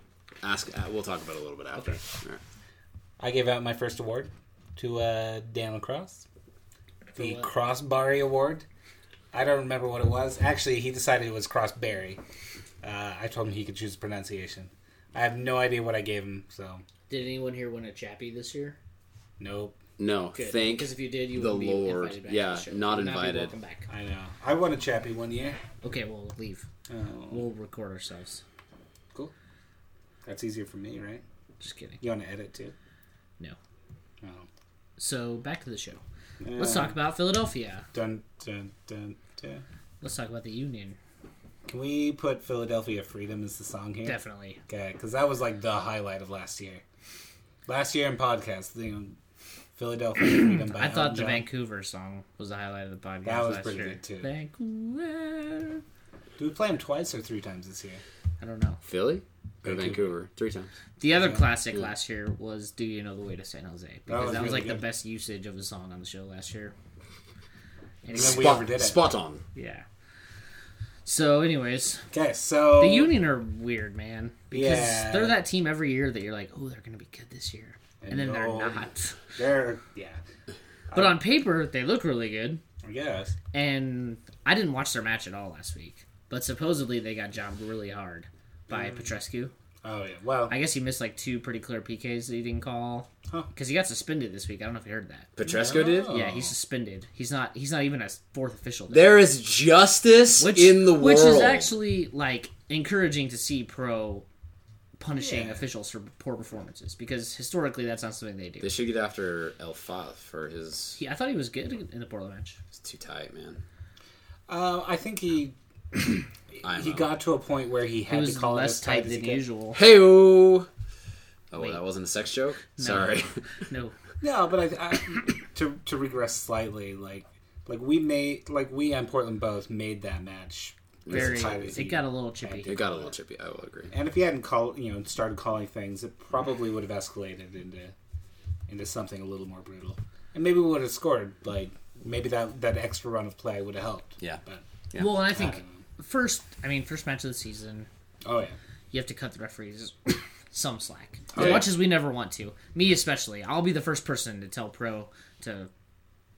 S5: ask. Uh, we'll talk about it a little bit after. All right.
S2: I gave out my first award to uh, Dan LaCrosse. The
S1: what?
S2: Crossbarry Award. I don't remember what it was. Actually, he decided it was Crossberry. Uh, I told him he could choose pronunciation. I have no idea what I gave him, so
S1: Did anyone here win a Chappie this year?
S2: nope.
S5: No,
S1: Good.
S5: thank
S1: because if you did, you
S5: the
S1: would be
S5: Lord.
S1: Invited back
S5: Yeah,
S1: to the show.
S5: not
S1: Would be
S5: invited.
S1: welcome back.
S2: I know. I won a Chappie one year.
S1: Okay, we'll leave.
S2: Oh,
S1: We'll record ourselves.
S2: cool. That's easier for me, right?
S1: Just kidding.
S2: You want to edit too?
S1: No.
S2: Oh. Uh,
S1: So back to the show. Let's talk about Philadelphia.
S2: Dun, dun, dun, dun.
S1: Let's talk about the Union.
S2: Can we put Philadelphia Freedom as the song here?
S1: Definitely.
S2: Okay, because that was like the highlight of last year. Last year in podcast, you know, Philadelphia Freedom by
S1: I thought
S2: Elton
S1: the
S2: Uh, John.
S1: Vancouver song was the highlight of the podcast.
S2: That was
S1: last
S2: pretty
S1: year.
S2: good, too.
S1: Vancouver.
S2: Do we play him twice or three times this year?
S1: I don't know.
S5: Philly or
S2: Vancouver.
S5: Vancouver three times.
S1: The other classic last year was "Do You Know the Way to San Jose" because that was,
S2: was really
S1: like the
S2: good.
S1: best usage of a song on the show last year. Anyway,
S2: then we overdid it.
S5: Spot, spot on.
S1: yeah. So, anyways,
S2: Okay, so
S1: The Union are weird, man. Because
S2: Yeah.
S1: they're that team every year that you're like, oh, they're going to be good this year. And,
S2: And
S1: then they're
S2: no.
S1: not.
S2: they're yeah,
S1: But on paper, they look really good.
S2: I guess
S1: And I didn't watch their match at all last week. But supposedly they got jobbed really hard by
S2: Mm.
S1: Petrescu.
S2: Oh yeah, well,
S1: I guess he missed like two pretty clear PKs that he didn't call.
S2: Huh.
S1: Because he got suspended this week. I don't know if you heard that.
S5: Petresco did.
S2: No.
S1: Yeah, he's suspended. He's not he's not even a fourth official.
S5: There is justice in the world.
S1: which is actually like encouraging to see pro punishing
S2: Yeah.
S1: officials for poor performances because historically that's not something they do.
S5: They should get after El Fath for his.
S1: He- I thought he was good in the Portland match.
S5: It's too tight, man.
S2: uh, I think he
S5: I'm
S2: he
S5: out.
S2: got to a point where he
S1: He
S2: had to
S1: was
S2: call it
S1: less
S2: as tight
S1: tight
S2: as he
S1: than
S2: could.
S1: usual.
S5: Hey oh. Oh,
S1: Wait.
S5: that wasn't a sex joke. Sorry.
S1: No,
S2: No, but I, I to to regress slightly, like like we made like we and Portland both made that match
S1: very.
S2: tight.
S1: It got a little chippy.
S5: It got a little chippy. I will agree.
S2: And if he hadn't called, you know, started calling things, it probably would have escalated into into something a little more brutal. And maybe we would have scored. Like maybe that that extra run of play would have helped.
S5: Yeah.
S2: But
S5: Yeah. Um,
S1: Well, and I
S2: I
S1: think
S2: don't
S1: first, I mean, first match of the season,
S2: oh yeah,
S1: you have to cut the referees some slack.
S2: Oh,
S1: as
S2: yeah.
S1: much as we never want to, me especially. I'll be the first person to tell pro to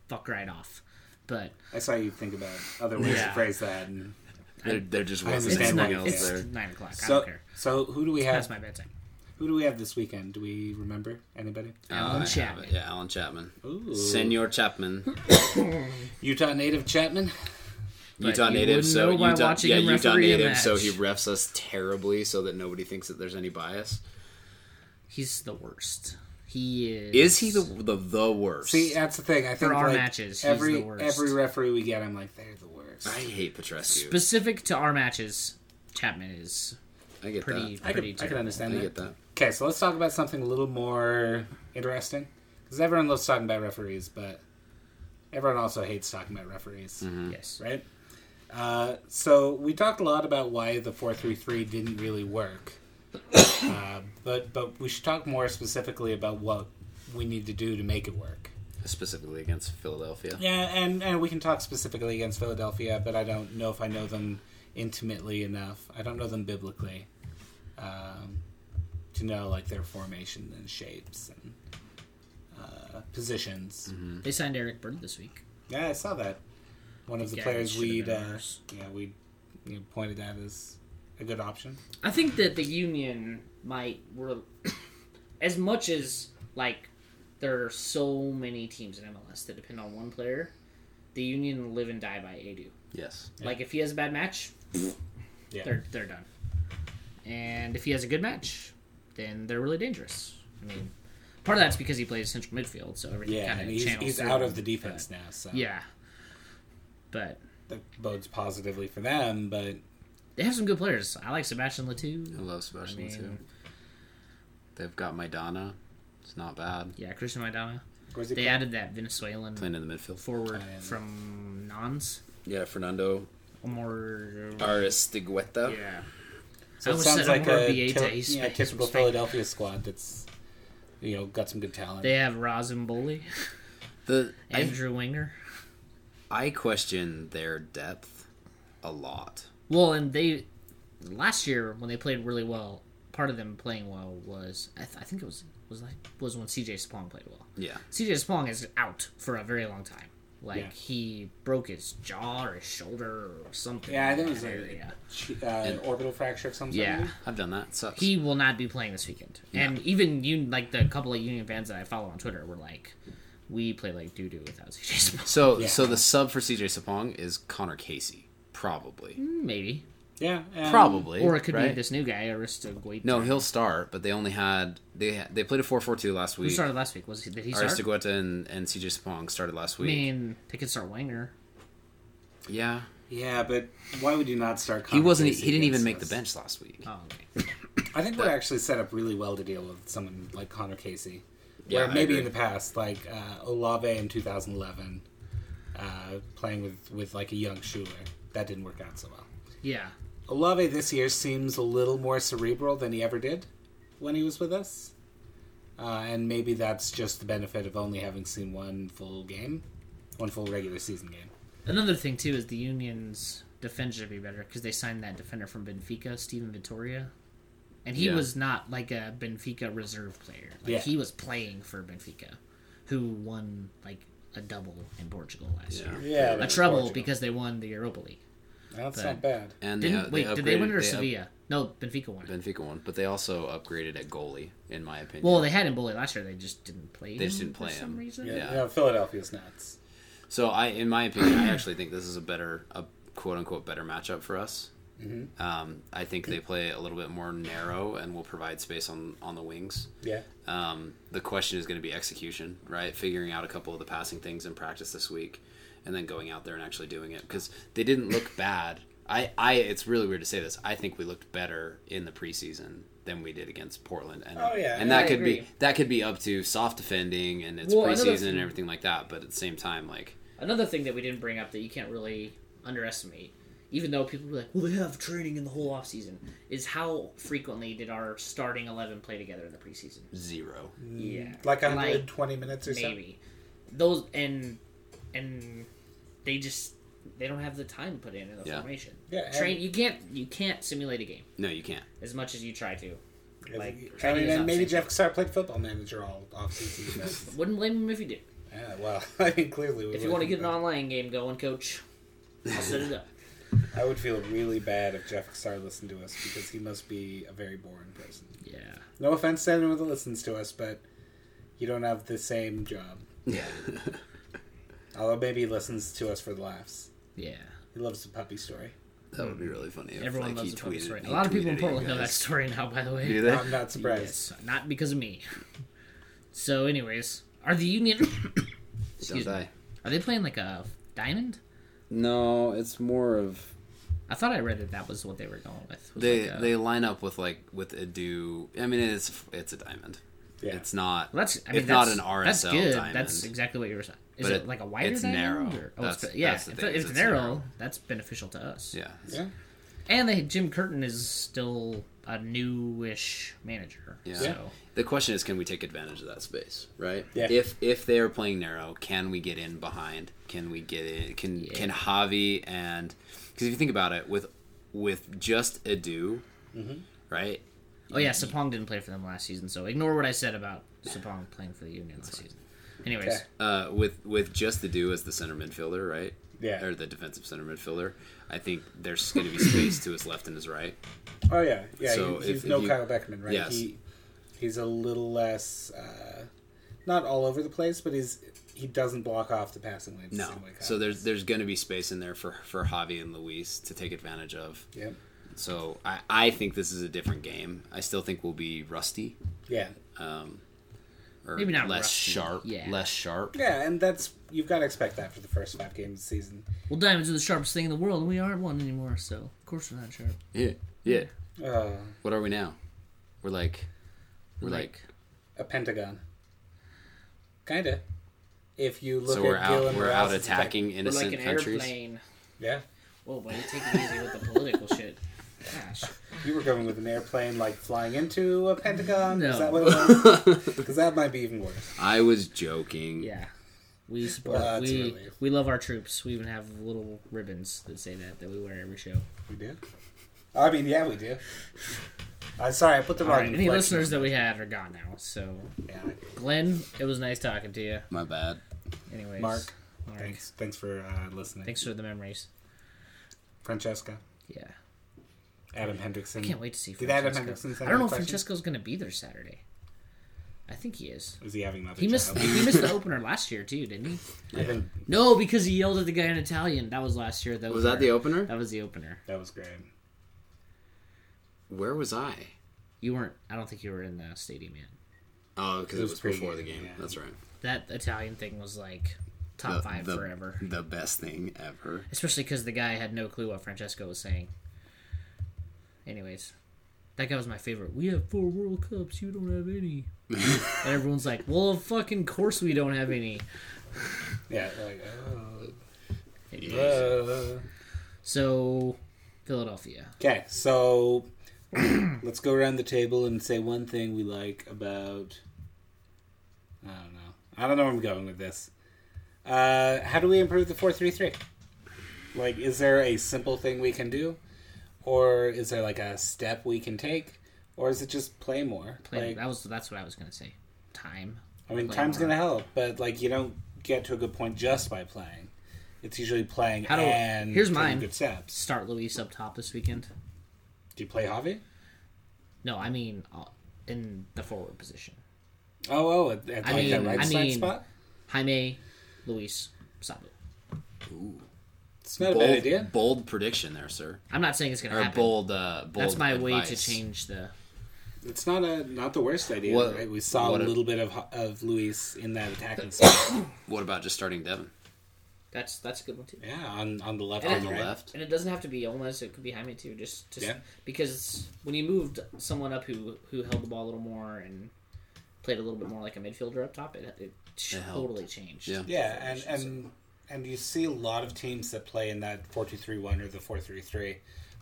S1: fuck right off. But
S2: I saw you think about other ways to
S1: Yeah.
S2: phrase that. And
S5: There, there just wasn't
S2: understand
S1: it's
S5: anything
S1: nine,
S2: why
S5: else
S1: it's
S5: there.
S1: nine o'clock. I
S2: so
S1: don't care.
S2: so who do we have?
S1: That's my bedtime.
S2: Who do we have this weekend? Do we remember anybody?
S5: I have it.
S1: Chapman.
S5: Yeah, Alan Chapman.
S2: Ooh.
S5: Senor Chapman,
S2: Utah native Chapman.
S5: Utah
S1: you
S5: native.
S1: wouldn't
S5: So
S1: know by
S5: Utah,
S1: watching
S5: yeah,
S1: him
S5: Utah
S1: referee a
S5: native. So
S1: match.
S5: he refs us terribly, so that nobody thinks that there's any bias.
S1: He's the worst. He is.
S5: Is he the the, the worst?
S2: See, that's the thing. I think
S1: our
S2: like,
S1: matches, he's
S2: every
S1: the worst.
S2: every referee we get, I'm like they're the worst.
S5: I hate Petrescu.
S1: specific to our matches? Chapman is
S5: I get
S1: pretty.
S5: that.
S2: I could,
S1: pretty
S2: I could
S1: terrible.
S5: I
S2: understand that.
S5: get that.
S2: Okay, so let's talk about something a little more interesting. Because everyone loves talking about referees, but everyone also hates talking about referees,
S5: Mm-hmm. Hmm.
S1: Yes.
S2: right? Uh, so we talked a lot about why the 433 didn't really work. uh, but, but we should talk more specifically about what we need to do to make it work.
S5: Specifically against Philadelphia.
S2: Yeah, and, and we can talk specifically against Philadelphia, but I don't know if I know them intimately enough. I don't know them biblically um, to know like their formation and shapes and uh, positions.
S1: They signed Eric Bird this week.
S2: Yeah, I saw that. One of the
S1: Yeah,
S2: players
S1: it should've
S2: we'd
S1: been
S2: uh,
S1: ours.
S2: yeah we you know, pointed at as a good option.
S1: I think that the union might were as much as like there are so many teams in MLS that depend on one player. The union live and die by Adu.
S5: Yes.
S1: Like if he has a bad match,
S2: Yeah,
S1: they're they're done. And if he has a good match, then they're really dangerous. I mean, part of that's because he plays central midfield, so everything
S2: yeah,
S1: kind
S2: and
S1: of
S2: he's,
S1: channels.
S2: he's
S1: through
S2: out
S1: him.
S2: of the defense now, so
S1: Yeah, but
S2: that bodes positively for them. But
S1: they have some good players. I like Sebastian
S5: I
S1: Latou.
S5: love Sebastian
S1: I mean-
S5: too. They've got Maidana. It's not bad.
S1: Yeah, Christian Maidana.
S2: where's he
S1: They
S2: from?
S1: added that Venezuelan
S5: Playing in the midfield.
S1: forward
S2: Um,
S1: Uh, from Nons.
S5: Yeah, Fernando
S1: More. uh,
S5: Aristigueta.
S1: yeah.
S2: Uh, So
S1: I
S2: it
S1: always
S2: sounds
S1: said
S2: like
S1: Omar
S2: a,
S1: Bieta,
S2: typ-
S1: he's
S2: yeah,
S1: Spanish,
S2: typical
S1: he's Spanish.
S2: Philadelphia squad that's you know got some good talent.
S1: They have Razum Bully,
S5: The I,
S1: Andrew Winger.
S5: I question their depth a lot.
S1: Well, and they last year when they played really well, part of them playing well was I, th- I think it was was like was when CJ Spong played well.
S5: Yeah.
S1: CJ Spong is out for a very long time. Like
S2: Yeah.
S1: he broke his jaw or his shoulder or something.
S2: yeah, I think
S1: in
S2: it was
S1: that
S2: a,
S1: area.
S2: ch- uh, an orbital fracture of some sort.
S1: Yeah.
S2: maybe?
S5: I've done that. It sucks.
S1: he will not be playing this weekend. And even you, like the couple of Union fans that I follow on Twitter, were like, "We play like doo doo without CJ Spong."
S5: so
S2: Yeah.
S5: so the sub for CJ Sapong is Connor Casey. Probably.
S1: Maybe,
S2: yeah, um,
S5: Probably.
S1: Hmm. or it could be
S5: right?
S1: this new guy Aristo Guaita.
S5: No, he'll start, but they only had they had, they played a four four two last
S1: who
S5: week.
S1: started last week? Was he, did he start?
S5: Aristigueta and, and CJ Sapong started last
S1: I
S5: week.
S1: mean, they could start Wanger.
S5: yeah.
S2: Yeah, but why would you not start?
S5: He
S2: Connor
S5: wasn't e-
S2: Casey
S5: he didn't even
S2: against
S5: make the
S2: us?
S5: bench last week.
S1: Oh, okay.
S2: I think we're actually set up really well to deal with someone like Connor Casey.
S5: Yeah,
S2: Where
S5: I
S2: maybe
S5: agree.
S2: in the past, like uh, Olave in 2011, uh, playing with with like a young Schuler, that didn't work out so well.
S1: yeah,
S2: Olave this year seems a little more cerebral than he ever did when he was with us. Uh, and maybe that's just the benefit of only having seen one full game, one full regular season game.
S1: another thing too is the Union's defense should be better because they signed that defender from Benfica, Steven Vittoria. And he
S5: Yeah.
S1: was not like a Benfica reserve player. Like
S2: Yeah.
S1: he was playing for Benfica, who won like a double in Portugal last year.
S5: Yeah.
S2: Yeah,
S1: a treble because they won the Europa League.
S2: that's
S1: but-
S2: not bad.
S5: And
S1: Didn't
S5: they,
S1: wait? did they win
S5: upgraded-
S1: it or
S5: up-
S1: Sevilla? no, Benfica won. it.
S5: Benfica won, but they also upgraded at goalie, in my opinion.
S1: Well, they had him bullied last year. They just didn't play.
S5: They just
S1: him
S5: didn't play
S1: for some
S5: him.
S1: reason.
S5: Yeah.
S2: Yeah, Philadelphia's nuts.
S5: so I, in my opinion, I actually think this is a better, a quote unquote better matchup for us.
S1: Mm-hmm.
S5: Um, I think they play a little bit more narrow and will provide space on on the wings.
S2: Yeah.
S5: Um, the question is going to be execution, right? Figuring out a couple of the passing things in practice this week, and then going out there and actually doing it because they didn't look bad. I, I, it's really weird to say this. I think we looked better in the preseason than we did against Portland, and
S2: Oh, yeah.
S5: and that
S1: I
S5: could be
S1: agree.
S5: that could be up to soft defending and it's
S1: Well, another
S5: preseason
S1: thing-
S5: and everything like that. But at the same time, like
S1: Another thing that we didn't bring up that you can't really underestimate even though people be like, well, they have training in the whole offseason, is how frequently did our starting 11 play together in the preseason?
S5: Zero.
S1: Yeah.
S2: Like
S1: Like,
S2: 120 minutes or something.
S1: maybe those and and they just they don't have the time put in in the
S5: Yeah.
S1: formation.
S2: Yeah, and-
S1: train you can't you can't simulate a game
S5: No, you can't.
S1: as much as you try to. Like,
S2: I mean,
S1: training is
S2: and
S1: not
S2: maybe
S1: the same.
S2: Jeff Cassar played football manager all offseason.
S1: Wouldn't blame him if you did.
S2: but, yeah, well, I mean, clearly, we
S1: If you want to
S2: wouldn't,
S1: get an
S2: but
S1: online game going, coach, I'll set it up.
S2: I would feel really bad if Jeff Cassar listened to us because he must be a very boring person.
S1: Yeah.
S2: No offense to anyone that listens to us, but you don't have the same job.
S5: Yeah.
S2: Although maybe he listens to us for the laughs.
S1: Yeah.
S2: He loves the puppy story.
S5: that would be really funny. If,
S1: Everyone
S5: like,
S1: loves
S5: he
S1: the puppy
S5: tweeted-
S1: story.
S5: he
S1: A lot of people in
S5: tweeted at you
S1: Portland know
S5: guys.
S1: that story now, by the way.
S5: Do they?
S2: I'm not surprised.
S1: Yes, not because of me. So, anyways, are the Union
S5: Don't
S1: Excuse me.
S5: die.
S1: are they playing like a diamond?
S5: No, it's more of
S1: I thought I read that that was what they were going with. was
S5: they
S1: like uh, a-
S5: they line up with like with a do. I mean, it's it's a diamond.
S2: Yeah.
S5: It's not.
S1: Well, that's I mean
S5: it's
S1: that's,
S5: not an RSL
S1: That's good.
S5: diamond.
S1: That's exactly what you were saying. Is
S5: But
S1: it,
S5: it-
S1: like a wider
S5: it's
S1: diamond?
S5: narrow.
S1: Or, oh, it's,
S5: That's-
S1: yeah,
S5: that's the
S1: if,
S5: thing,
S1: if
S5: is
S1: it's
S5: it's
S1: narrow,
S5: narrow.
S1: that's beneficial to us.
S5: yeah.
S2: Yeah.
S1: And they, Jim Curtin is still a newish manager.
S5: Yeah.
S1: So
S5: The question is, can we take advantage of that space, right?
S2: Yeah.
S5: If if they are playing narrow, can we get in behind? Can we get in? Can can Javi and because if you think about it, with with just Adu, right?
S1: Oh yeah, Sapong didn't play for them last season, so ignore what I said about Sapong playing for the Union last season. Anyways,
S2: Okay.
S5: Uh, with with just Adu as the center midfielder, right?
S2: Yeah.
S5: Or the defensive center midfielder, I think there's going to be space to his left and his right.
S2: Oh yeah, yeah. he's
S5: So if-
S2: he's
S5: if
S2: no
S5: you-
S2: Kyle Beckman, right?
S5: Yes.
S2: He he's a little less, uh, not all over the place, but he's he doesn't block off the passing lanes. the
S5: No.
S2: same way Kyle
S5: So there's
S2: does.
S5: there's going to be space in there for for Javi and Luis to take advantage of.
S2: Yep.
S5: So I I think this is a different game. I still think we'll be rusty. um,
S2: Yeah,
S5: or
S1: Maybe not
S5: less
S1: rusty,
S5: sharp.
S1: yeah.
S5: Less sharp.
S2: yeah, and that's you've got to expect that for the first five games of the season.
S1: well, diamonds are the sharpest thing in the world, and we aren't one anymore. So of course we're not sharp.
S5: Yeah. Yeah.
S2: Uh,
S5: What are we now? We're like we're like,
S2: a pentagon, kinda. If you look
S5: so we're
S2: at
S5: out
S2: Dylan
S5: we're out
S2: Morales' attack-
S5: attacking
S1: We're
S5: innocent
S1: like an
S5: countries.
S1: airplane.
S2: Yeah,
S1: Whoa, buddy, take it easy with the political shit. Gosh.
S2: you were going with an airplane like flying into a pentagon.
S1: No.
S2: Is that what it was? Because that might be even worse.
S5: I was joking.
S1: Yeah. We support.
S2: Well, that's
S1: we
S2: really-
S1: we love our troops. We even have little ribbons that say that that we wear every show.
S2: We do. I mean, yeah, we do. Uh, sorry, I put the
S1: All
S2: wrong.
S1: right. Any
S2: inflection.
S1: listeners that we had are gone now. So
S2: Yeah.
S1: Glenn, it was nice talking to you.
S5: My bad.
S1: Anyways,
S2: Mark,
S1: Mark, thanks.
S2: thanks. Thanks for uh, listening.
S1: for the memories.
S2: Francesca,
S1: Yeah.
S2: Adam Hendrickson.
S1: Can't wait to see.
S2: Did Adam
S1: Francesco.
S2: Hendrickson send
S1: I don't
S2: you
S1: know
S2: a
S1: if
S2: question?
S1: Francesco's going to be there Saturday. I think he is.
S2: Is he having another?
S1: He missed.
S2: child?
S1: he missed the opener last year too, didn't he?
S2: I think
S1: No, because he yelled at the guy in Italian. That was last year. That was,
S5: Was that the
S1: our-
S5: opener?
S1: That was the opener.
S2: that was great.
S5: Where was I?
S1: You weren't. I don't think you were in the stadium yet.
S5: Oh, because
S2: It
S5: it
S2: was
S5: was before
S2: pregame,
S5: the game.
S2: yeah.
S5: That's right.
S1: That Italian thing was like top
S5: The-
S1: five
S5: the-
S1: forever.
S5: The best thing ever.
S1: Especially because the guy had no clue what Francesco was saying. Anyways, that guy was my favorite. We have four World Cups, you don't have any. and everyone's like, well, of fucking course we don't have any.
S2: Yeah. Like, oh.
S1: So, Philadelphia.
S2: Okay, so let's go around the table and say one thing we like about. I don't know. I don't know where I'm going with this. Uh, how do we improve the four three three? Like, is there a simple thing we can do, or is there like a step we can take, or is it just play more?
S1: Play,
S2: like,
S1: that was That's what I was going to say. Time.
S2: I mean,
S1: play
S2: time's
S1: more.
S2: gonna help, but like you don't get to a good point just by playing. It's usually playing
S1: How do-
S2: and
S1: here's
S2: taking
S1: mine.
S2: good steps.
S1: Start Luis up top this weekend.
S2: Do you play Javi?
S1: No, I mean uh, in the forward position.
S2: Oh, oh, at, at
S1: I
S2: like that
S1: mean-
S2: right
S1: I
S2: side
S1: mean-
S2: spot.
S1: Jaime, Luis, Sabu.
S2: It's not a bad
S5: bold,
S2: idea.
S5: bold prediction there, sir.
S1: I'm not saying it's going to
S5: Or
S1: happen.
S5: bold, uh, bold.
S1: That's my way to
S5: advice.
S1: change the.
S2: It's not a not the worst idea.
S5: What-
S2: right? We saw a
S5: what a-
S2: little bit of of Luis in that attacking spot.
S5: What about just starting Devin
S1: That's that's a good one too.
S2: yeah, on on the left.
S1: And
S5: on the
S1: Right.
S5: left?
S1: And it doesn't have to be Olmes; it could be Jaime too. Just, just
S2: Yeah.
S1: because when you moved someone up who who held the ball a little more and played a little bit more like a midfielder up top, it it,
S5: helped.
S1: totally changed.
S5: Yeah.
S2: Yeah, and and and you see a lot of teams that play in that four-two-three-one or the four-three-three,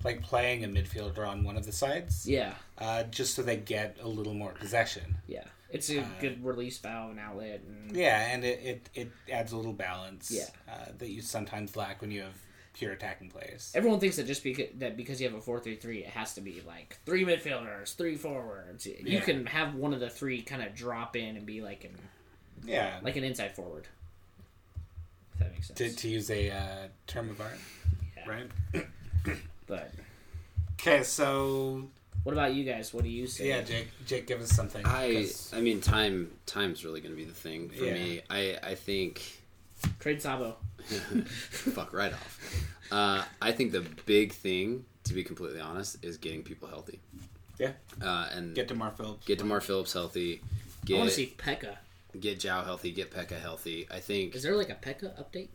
S2: like playing a midfielder on one of the sides,
S1: Yeah,
S2: uh, just so they get a little more possession.
S1: yeah. It's a good release valve and outlet. And,
S2: Yeah, and it, it, it adds a little balance
S1: Yeah.
S2: uh, that you sometimes lack when you have pure attacking players.
S1: everyone thinks that just because that because you have a four three three, it has to be like three midfielders, three forwards. You
S2: Yeah.
S1: can have one of the three kind of drop in and be like an
S2: Yeah,
S1: like an inside forward. If that makes sense.
S2: to, to use a uh, term of art,
S1: Yeah.
S2: right?
S1: But
S2: Okay, so
S1: what about you guys? What do you say?
S2: yeah, Jake, Jake, give us something.
S5: I
S2: 'cause-
S5: I mean time time's really going to be the thing for
S2: Yeah.
S5: me. I I think
S1: Trade Sabo.
S5: fuck right off. Uh, I think the big thing, to be completely honest, is getting people healthy.
S2: yeah,
S5: Uh, and
S2: get
S5: get
S2: to Marfield.
S5: Demar Phillips
S1: I
S5: healthy.
S1: want
S5: Get
S1: to see Pekka.
S5: get Jao healthy. Get Pekka healthy. I think
S1: Is there like a Pekka update?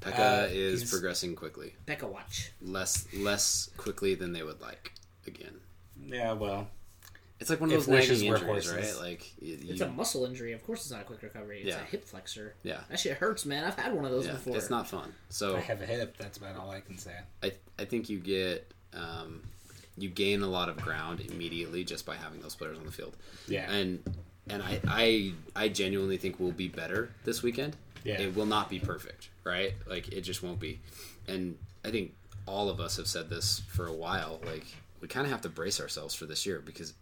S5: Pekka
S2: Uh,
S5: is
S2: he's-
S5: progressing quickly,
S1: Pekka watch.
S5: less less quickly than they would like. Again,
S2: Yeah, well,
S5: it's like one of
S2: If
S5: those nagging
S2: wishes were
S5: injuries,
S2: horses.
S5: right? Like y- you,
S1: It's a muscle injury. Of course, it's not a quick recovery. It's a
S5: Yeah.
S1: hip flexor.
S5: yeah,
S1: That shit hurts, man. I've had one of those
S5: yeah.
S1: before.
S5: It's not fun. So
S2: I have a hip. That's about all I can say.
S5: I, I think you get um, you gain a lot of ground immediately just by having those players on the field.
S2: Yeah.
S5: And and I I, I genuinely think we'll be better this weekend.
S2: Yeah.
S5: It will not be perfect, right? Like it just won't be. And I think all of us have said this for a while. Like we kind of have to brace ourselves for this year because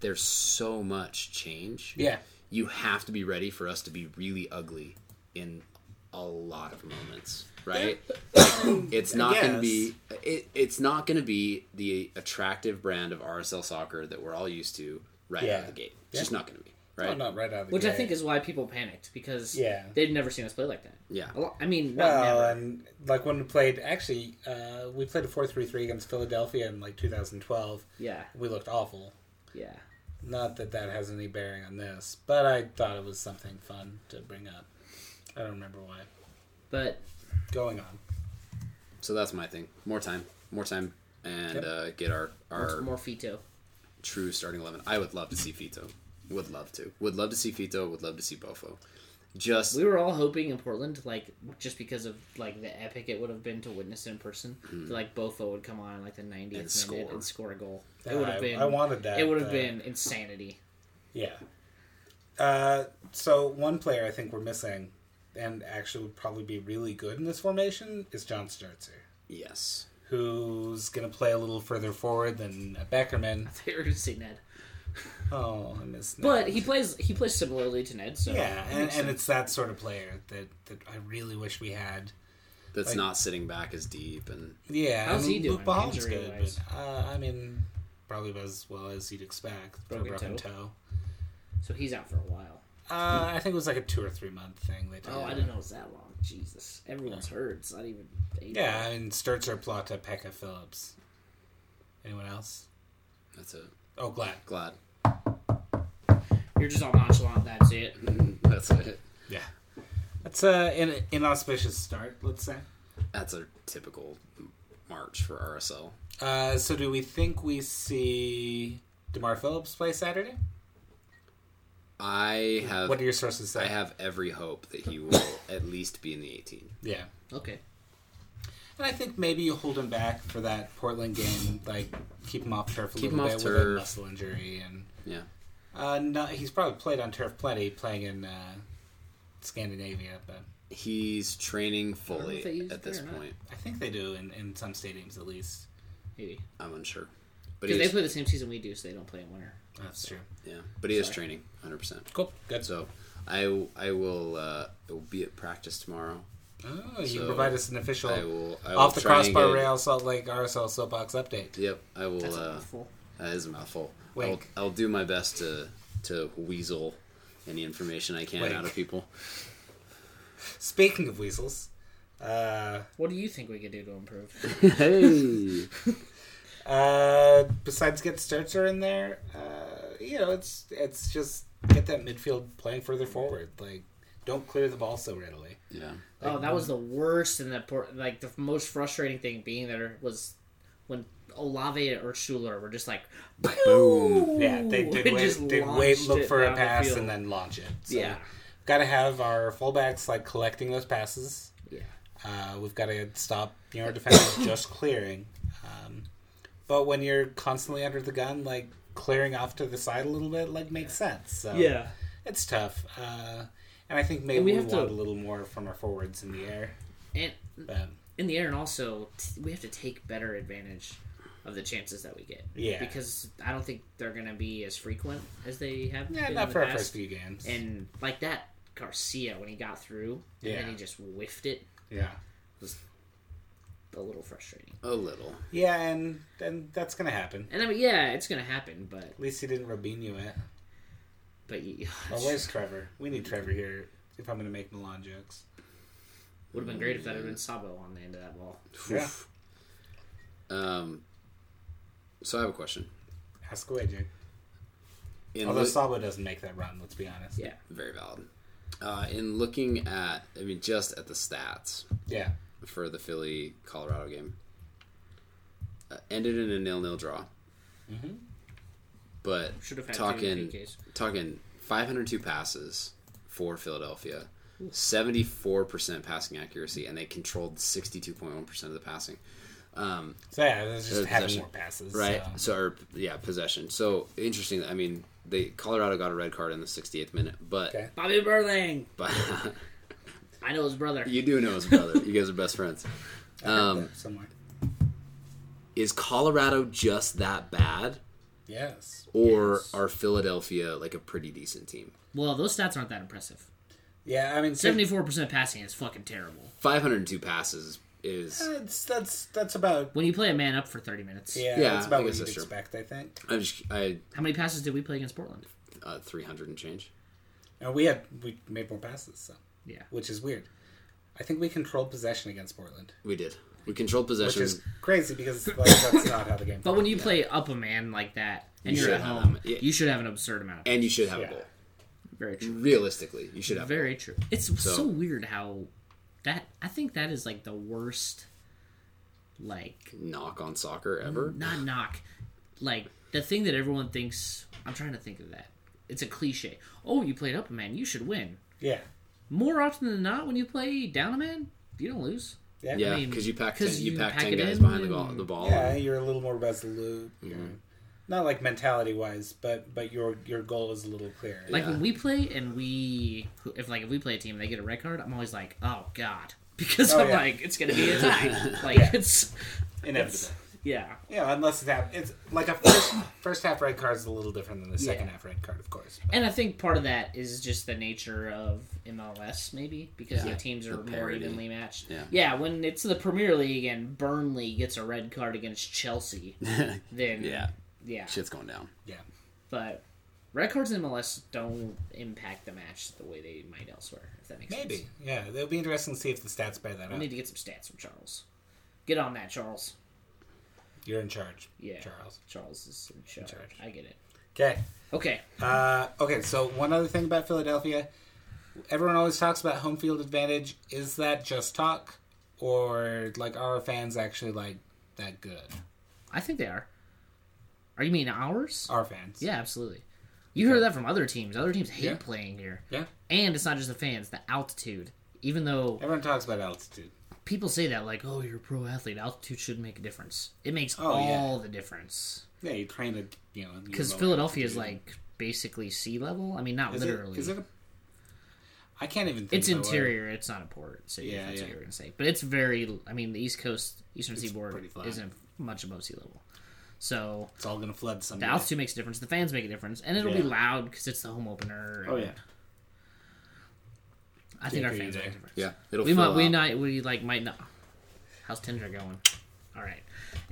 S5: there's so much change.
S2: Yeah.
S5: You have to be ready for us to be really ugly in a lot of moments, right? it's not going to be it, it's not going to be the attractive brand of RSL soccer that we're all used to right out
S2: Yeah.
S5: of the gate. It's
S2: Yeah.
S5: just not going to be
S2: Oh,
S5: right.
S2: not right out of the
S1: Which I
S2: gate.
S1: think is why people panicked because
S2: Yeah.
S1: they've never seen us play like that.
S5: Yeah,
S1: A lo- I mean, not
S2: Well, um,
S1: never.
S2: and like when we played, actually, uh, we played a four-three-three against Philadelphia in like 2012.
S1: yeah,
S2: We looked awful.
S1: yeah.
S2: Not that that has any bearing on this, but I thought it was something fun to bring up. I don't remember why.
S1: But
S2: Going on.
S5: so that's my thing. More time, more time, and
S2: Yep.
S5: uh, get our our
S1: more Fito.
S5: true starting eleven. I would love to see Fito. Would love to. Would love to see Fito. Would love to see Bofo. Just
S1: We were all hoping in Portland, like just because of like the epic it would have been to witness in person, that, like Bofo would come on like the 90th minute
S5: Mm. score.
S1: and score a goal.
S2: Yeah,
S1: It would
S2: I-
S1: have been.
S2: I wanted that, uh,
S1: It would have
S2: but-
S1: been insanity.
S2: Yeah. Uh, so one player I think we're missing, and actually would probably be really good in this formation, is John Sturzer,
S5: yes.
S2: who's going to play a little further forward than Beckerman.
S1: They were gonna say Ned,
S2: Oh, I miss. Ned.
S1: but he plays he plays similarly to Ned. So
S2: yeah,
S1: it
S2: and,
S1: makes
S2: and
S1: sense.
S2: it's that sort of player that that I really wish we had.
S5: That's
S2: Like-
S5: not sitting back as deep and
S2: Yeah,
S1: How's
S2: I
S1: he
S2: mean,
S1: doing,
S2: Luke Baham's good,
S1: injury-wise?
S2: but, uh, I mean, probably about as well as you'd expect. for a
S1: Broken
S2: broken
S1: toe.
S2: toe.
S1: so he's out for a while.
S2: Uh, I think it was like a two or three month thing. They did.
S1: Oh, I didn't know it was that long. Jesus, everyone's hurt. It's not even.
S2: Yeah, I mean, Sturzer, Plata, Pekka, Phillips. Anyone else?
S5: that's it.
S2: Oh, Glad.
S5: Glad.
S1: you're just all nonchalant. That's it.
S5: That's it.
S2: Yeah. That's uh, an inauspicious start, let's say.
S5: That's a typical March for RSL.
S2: Uh, so, do we think we see DeMar Phillips play Saturday?
S5: I have
S2: What do your sources say?
S5: I have every hope that he will at least be in the 18.
S2: Yeah.
S1: Okay.
S2: And I think maybe you hold him back for that Portland game, like keep him off turf a
S5: Keep
S2: little
S5: him
S2: bit
S5: off
S2: with a
S5: turf.
S2: muscle injury, and
S5: Yeah.
S2: uh, no, he's probably played on turf plenty, playing in uh, Scandinavia, but
S5: He's training
S1: know if they
S5: fully
S1: use
S5: at this
S1: it or not.
S5: point.
S2: I think they do in, in some stadiums at least.
S1: Maybe.
S5: I'm unsure. But he
S1: Because they
S5: is,
S1: play the same season we do, so they don't play in winter.
S2: That's true.
S5: yeah, but he is training 100%.
S2: Cool. Good.
S5: So I I will uh, I will be at practice tomorrow.
S2: Oh, you
S5: So,
S2: provide us an official
S5: I will I will
S2: off the
S5: try and
S2: crossbar
S5: get-
S2: rail Salt Lake RSL soapbox update.
S5: Yep, I will
S1: That's
S5: uh,
S1: awful.
S5: that is a mouthful. I'll,
S2: Wink.
S5: I'll do my best to to weasel any information I can
S2: Wink.
S5: out of people.
S2: Speaking of weasels, uh,
S1: What do you think we could do to improve?
S5: hey.
S2: uh, besides get Sturzer in there, uh, you know, it's it's just get that midfield playing further forward. Like, don't clear the ball so readily.
S5: Yeah.
S1: oh, that was the worst and the por- like the most frustrating thing being there was when Olave or Schuler were just like boom.
S2: Yeah, they did wait, did wait look for a pass, and then launch it. So
S1: yeah,
S2: Got to have our fullbacks like collecting those passes.
S1: yeah.
S2: Uh, we've got to stop your defense just clearing. Um, but when you're constantly under the gun, like clearing off to the side a little bit, like makes sense. So it's tough. Uh, and I think maybe
S1: And
S2: we,
S1: we have
S2: want
S1: to-
S2: a little more from our forwards in the air.
S1: and
S2: But
S1: in the air, and also t- we have to take better advantage of the chances that we get.
S2: Yeah.
S1: because I don't think they're gonna be as frequent as they have.
S2: yeah,
S1: been in
S2: not
S1: the
S2: for our
S1: past.
S2: first few games.
S1: And like that Garcia when he got through, and
S2: Yeah.
S1: then he just whiffed it.
S2: yeah.
S1: A little frustrating.
S5: A little.
S2: Yeah, and and that's gonna happen.
S1: And I mean, yeah, it's gonna happen, but
S2: At least he didn't Robinho it.
S1: but you,
S2: Oh, where's Trevor? We need Trevor here if I'm gonna make Milan jokes.
S1: would have been great if that had
S5: Mm.
S1: been Sabo on the end of that ball.
S2: Yeah.
S5: Um, so I have a question.
S2: Ask away, Jake.
S5: In
S2: Although
S5: loo-
S2: Sabo doesn't make that run, let's be honest.
S1: Yeah,
S5: very valid. Uh, in looking at, I mean, just at the stats
S2: Yeah.
S5: for the Philly Colorado game, uh, ended in a nil nil draw. But
S1: Should have had two
S5: talking
S1: PKs.
S5: talking 502 passes for Philadelphia, 74 percent passing accuracy, and they controlled 62.1 percent of the passing. Um,
S2: So yeah, it was just
S5: Third
S2: having
S5: possession.
S2: more passes.
S5: right?
S2: so-
S5: So, or, yeah, possession. So interesting. I mean, they Colorado got a red card in the 68th minute, but
S2: Okay.
S1: Bobby Burling.
S5: but
S1: I know his brother.
S5: you do know his brother. you guys are best friends.
S2: I heard
S5: Um,
S2: that somewhere.
S5: Is Colorado just that bad,
S2: Yes.
S5: or are Philadelphia like a pretty decent team?
S1: Well, those stats aren't that impressive.
S2: Yeah, I mean so-
S1: Seventy-four percent passing is fucking terrible.
S5: 502 passes is.
S2: That's that's that's about
S1: When you play a man up for thirty minutes,
S2: yeah,
S5: Yeah,
S2: that's
S5: I
S2: about what
S5: guess
S2: you'd
S5: that's true.
S2: expect, I think.
S5: I'm just I
S1: how many passes did we play against Portland?
S5: uh, 300 and change.
S2: And we had we made more passes, so
S1: Yeah,
S2: which is weird. I think we controlled possession against Portland,
S5: We did. We controlled
S2: which
S5: possession.
S2: is crazy because like, that's not how the game.
S1: but when you play up a man like that and
S5: You
S1: you are at
S5: should have
S1: home,
S5: them. Yeah.
S1: you should have an absurd amount. Of
S5: and you should have
S2: Yeah.
S5: a goal.
S1: Very true.
S5: Realistically, you should have. a
S1: Very true. It's so,
S5: So-
S1: weird how that I think that is like the worst like
S5: knock on soccer ever.
S1: not knock like the thing that everyone thinks I'm trying to think of that. It's a cliche. Oh, you played up a man, you should win.
S2: yeah,
S1: More often than not when you play down a man, you don't lose.
S2: yeah,
S5: Yeah,
S1: mean,
S5: because you pack
S1: 'cause
S5: ten, you,
S1: you
S5: pack
S1: pack
S5: ten
S1: it
S5: guys
S1: in
S5: behind the ball.
S1: and-
S5: The ball.
S2: Yeah, You're a little more resolute. You're- Not like mentality wise, but but your your goal is a little clearer.
S1: Like
S5: Yeah.
S1: when we play and we if like if we play a team and they get a red card, I'm always like, "Oh god." Because
S2: Oh,
S1: I'm
S2: yeah.
S1: like, it's going to be a tie. like it's
S2: Inevitable.
S1: yeah.
S2: Yeah, unless it's half, it's like a first first half red card is a little different than the second
S1: Yeah.
S2: half red card, of course.
S1: And I think part of that is just the nature of MLS, maybe because
S5: Yeah.
S1: the teams
S5: The
S1: are more
S5: parity.
S1: evenly matched.
S5: Yeah.
S1: when it's the Premier League and Burnley gets a red card against Chelsea, then
S5: yeah,
S1: yeah.
S5: shit's going down.
S2: Yeah,
S1: But red cards in MLS don't impact the match the way they might elsewhere. If that makes sense.
S2: maybe. Yeah, it'll be interesting to see if the stats bear that
S1: We
S2: out.
S1: need to get some stats from Charles. Get on that, Charles.
S2: You're in charge.
S1: Yeah,
S2: Charles.
S1: Charles is in charge.
S2: charge.
S1: I get it.
S2: Okay.
S1: Okay,
S2: Uh, okay, so one other thing about Philadelphia. Everyone always talks about home field advantage. Is that just talk? Or, like, are our fans actually, like, that good?
S1: I think they are. Are you mean ours?
S2: Our fans.
S1: Yeah, absolutely. You heard that from other teams. Other teams hate
S2: Yeah.
S1: playing here.
S2: Yeah.
S1: And it's not just the fans, the altitude. Even though
S2: Everyone talks about altitude.
S1: people say that, like, oh, you're a pro athlete, altitude should make a difference. It makes
S2: Oh, yeah.
S1: all the difference.
S2: Yeah, you train it, you know.
S1: Because Philadelphia is, like, basically sea level. I mean, not
S2: Is
S1: literally.
S2: It, is it a. I can't even think
S1: it's
S2: of the
S1: interior. It's not a port city.
S2: Yeah,
S1: if that's
S2: yeah.
S1: what you were going to say. But it's very, I mean, the East Coast, Eastern
S2: pretty
S1: Seaboard
S2: flat.
S1: isn't much above sea level. So
S2: It's all going to flood someday.
S1: the altitude makes a difference. The fans make a difference. And it'll be
S2: Yeah.
S1: loud because it's the home opener.
S2: Oh,
S1: and
S2: yeah.
S1: I think our
S2: Can't
S1: fans
S2: hear
S1: make a
S2: you there.
S1: difference.
S5: Yeah, it'll.
S1: We
S5: fill
S1: might. We
S5: out.
S1: not. We like might not. How's Tinder going? All right.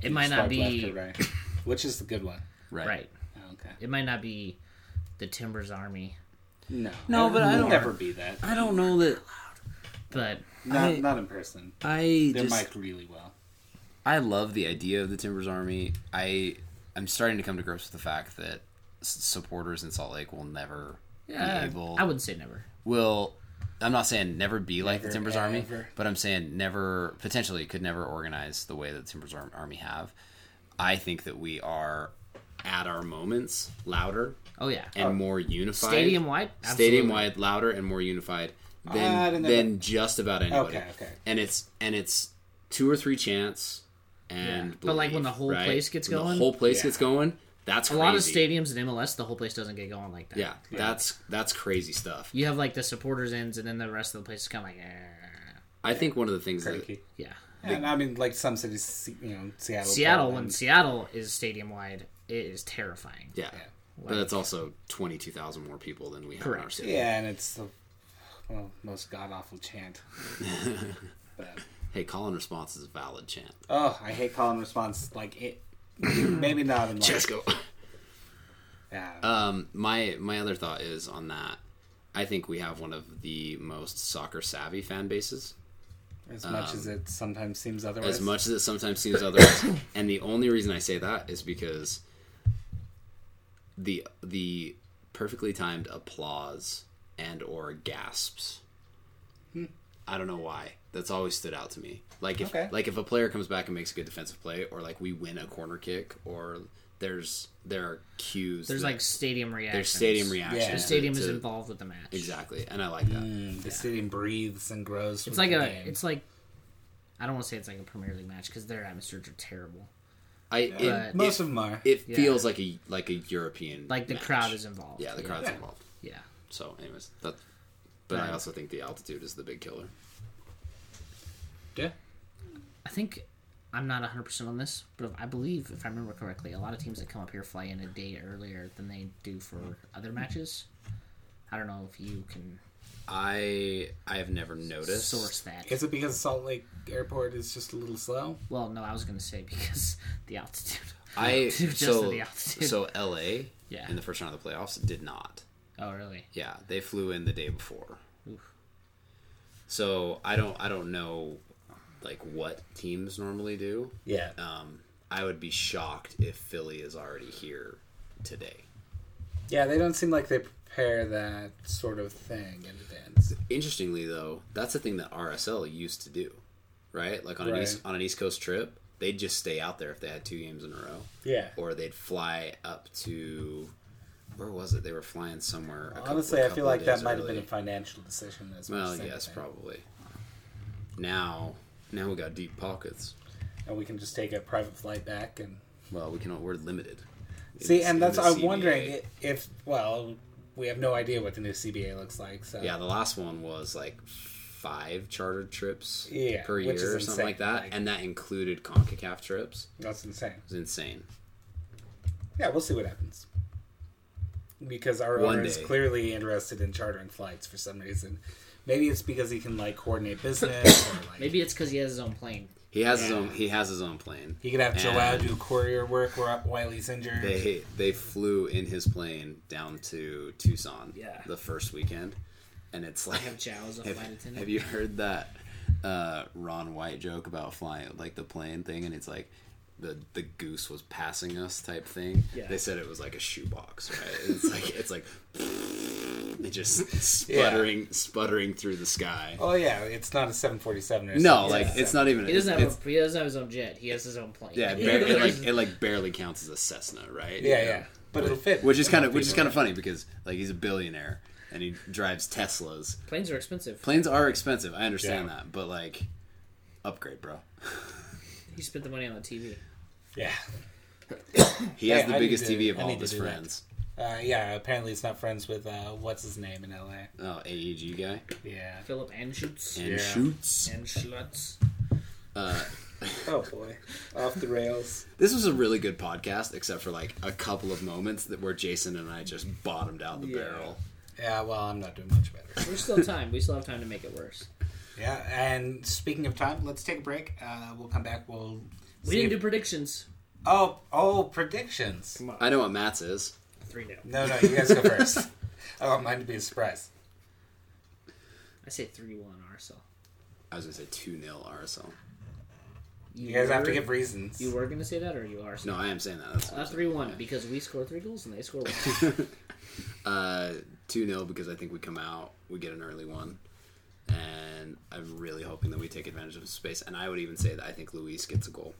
S1: It might not
S2: Swipe left
S1: be
S2: or right. Which is the good one?
S5: right.
S1: right.
S2: Oh, okay.
S1: It might not be the Timbers Army,
S2: No.
S5: No, but I
S2: It'll
S5: don't-
S2: never be that.
S5: I don't know that
S1: but
S2: Not,
S5: I-
S2: not in person.
S5: I
S2: They're mic'd really well.
S5: I love the idea of the Timbers Army. I I'm starting to come to grips with the fact that s- supporters in Salt Lake will never
S1: uh,
S5: be able.
S1: I wouldn't say never.
S5: will. I'm not saying never be like the
S2: Never,
S5: Timbers Army,
S2: ever.
S5: but I'm saying never potentially could never organize the way that the Timbers Ar- Army have. I think that we are at our moments louder
S1: Oh yeah.
S2: Uh,
S5: and more unified,
S1: Stadium wide.
S5: stadium wide, louder and more unified
S2: I
S5: than
S2: don't know
S5: than
S2: about-
S5: just about anybody.
S2: Okay, okay.
S5: And it's and it's two or three chance and
S1: Yeah, but, like, when the
S5: believe,
S1: whole
S5: right?
S1: place gets
S5: When
S1: going?
S5: the whole place
S2: Yeah.
S5: gets going. That's
S1: A lot of
S5: crazy.
S1: stadiums in MLS, the whole place doesn't get going like that.
S5: Yeah, that's that's crazy stuff.
S1: You have like the supporters ends, and then the rest of the place is kind of like, eh.
S5: I think one of the things that
S2: Cranky.
S1: yeah.
S2: And I mean, like some cities, Se- you know, Seattle.
S1: Seattle, when
S2: Portland.
S1: Seattle is stadium wide, it is terrifying.
S5: yeah,
S2: Yeah.
S5: but that's also twenty two thousand more people than we have in our
S1: Correct.
S5: city.
S2: Yeah, and it's the well, most god awful chant. but,
S5: Hey, call and response is a valid chant.
S2: oh, I hate call and response. Like it, maybe not in like,
S5: Chesco.
S2: Yeah,
S1: Uh,
S5: Um, my my other thought is on that. I think we have one of the most soccer savvy fan bases.
S2: as much
S1: um,
S2: as it sometimes seems otherwise.
S5: as much as it sometimes seems otherwise. and the only reason I say that is because the the perfectly timed applause and or gasps.
S1: Hmm.
S5: I don't know why. That's always stood out to me. Like if
S2: Okay.
S5: like if a player comes back and makes a good defensive play, or like we win a corner kick, or there's there are cues.
S1: There's
S5: that-
S1: like stadium reactions.
S5: there's stadium reaction.
S2: Yeah.
S1: The
S2: The
S1: stadium is
S5: to-
S1: involved with the match.
S5: Exactly, and I like that.
S2: Mm, the stadium breathes and grows.
S1: It's
S2: with
S1: like
S2: the
S1: a.
S2: game.
S1: It's like. I don't want to say it's like a Premier League match because their atmospheres are terrible.
S5: I it,
S1: But-
S2: most of them are.
S5: it
S1: Yeah.
S5: feels like a like a European
S1: Like the
S5: match.
S1: crowd is involved.
S5: yeah the crowd's
S2: Yeah.
S5: involved.
S1: Yeah.
S5: So, anyways, that. But I
S1: Right.
S5: also think the altitude is the big killer.
S2: yeah,
S1: I think I'm not 100 percent on this, but I believe, if I remember correctly, a lot of teams that come up here fly in a day earlier than they do for other matches. I don't know if you can
S5: I I have never noticed.
S1: source that.
S2: is it because Salt Lake Airport is just a little slow?
S1: Well, no, I was going to say because the altitude.
S5: I
S1: Just
S5: so
S1: the altitude.
S5: so L.A.
S1: Yeah.
S5: in the first round of the playoffs did not.
S1: Oh, really?
S5: Yeah, they flew in the day before.
S1: Oof.
S5: So I don't I don't know like what teams normally do.
S2: Yeah,
S5: Um, I would be shocked if Philly is already here today.
S2: yeah, they don't seem like they prepare that sort of thing in advance.
S5: Interestingly, though, that's the thing that RSL used to do, right? Like on an
S2: Right.
S5: east on an East Coast trip, they'd just stay out there if they had two games in a row,
S2: Yeah,
S5: or they'd fly up to where was it? They were flying somewhere. a couple-
S2: honestly,
S5: a
S2: I feel
S5: couple of
S2: like that
S5: days
S2: might have
S5: early.
S2: been a financial decision as much
S5: well,
S2: as
S5: yes,
S2: anything.
S5: probably. Now, now we got deep pockets.
S2: And we can just take a private flight back and
S5: Well, we can. We're limited.
S2: See,
S5: It's in
S2: and that's
S5: the
S2: I'm
S5: CBA.
S2: wondering i- if well, we have no idea what the new CBA looks like. So
S5: Yeah, the last one was like five chartered trips
S2: Yeah,
S5: per year or
S2: which is
S5: something
S2: insane,
S5: like that,
S2: like-
S5: and that included Concacaf trips.
S2: that's insane.
S5: It was insane.
S2: Yeah, we'll see what happens. Because our
S5: One
S2: owner is
S5: day.
S2: clearly interested in chartering flights for some reason. Maybe it's because he can like coordinate business, or like
S1: Maybe it's because he has his own plane.
S5: He has his
S2: Yeah.
S5: own. He has his own plane.
S2: he could have Joao
S5: And-
S2: do courier work whi- while he's injured.
S5: They they flew in his plane down to Tucson.
S1: Yeah.
S5: The first weekend, and it's like
S1: Have Zhao as a
S5: have,
S1: flight attendant.
S5: have you heard that uh, Ron White joke about flying like the plane thing? And it's like. The, the goose was passing us type thing.
S1: Yeah.
S5: They said it was like a shoebox, right? And it's like it's like it just sputtering sputtering through the sky.
S2: Oh yeah, it's not a 747 or something.
S5: no, like it's not even.
S1: He doesn't
S5: it's-
S1: have. A, he doesn't have his own jet. He has his own plane.
S5: yeah, it, bar- it like it like barely counts as a Cessna, right?
S2: Yeah,
S5: You know?
S2: yeah, but it'll fit.
S5: which is kind of which is
S2: People.
S5: kind of funny because like he's a billionaire and he drives Teslas.
S1: planes are expensive.
S5: Planes are expensive. I understand
S2: Yeah.
S5: that, but like upgrade, bro.
S1: He spent the money on the TV.
S2: yeah.
S5: He has
S2: Hey,
S5: the
S2: I need
S5: biggest
S2: to-
S5: TV of
S2: I
S5: all
S2: need
S5: of
S2: to
S5: his
S2: do that.
S5: friends.
S2: Uh, yeah, apparently it's not friends with uh, what's his name in LA.
S5: Oh, AEG guy
S2: Yeah.
S1: Philip Anschutz.
S5: and
S2: Yeah.
S5: shoots.
S1: And Schlutz.
S5: Uh,
S2: Oh boy, off the rails.
S5: this was a really good podcast, except for like a couple of moments that where Jason and I just bottomed out the
S2: Yeah.
S5: barrel.
S2: Yeah, well, I'm not doing much better.
S1: There's still time. We still have time to make it worse.
S2: yeah, and speaking of time, let's take a break. Uh, we'll come back. We'll.
S1: We
S2: see
S1: didn't do
S2: if-
S1: predictions.
S2: oh, oh, predictions.
S5: I know what Matt's is.
S1: Three 0
S2: No, no, you guys go first. I want mine to be a surprise.
S1: I say three one RSL.
S5: I was gonna say two 0 RSL.
S2: You guys have to
S1: were-
S2: give reasons.
S1: You were gonna say that, or you are?
S5: No, I am saying that. That's what I'm
S1: Not
S5: saying.
S1: Uh, three one because we score three goals and they score one.
S5: Uh, 2 0 because I think we come out, we get an early one. And I'm really hoping that we take advantage of space. And I would even say that I think Luis gets a goal.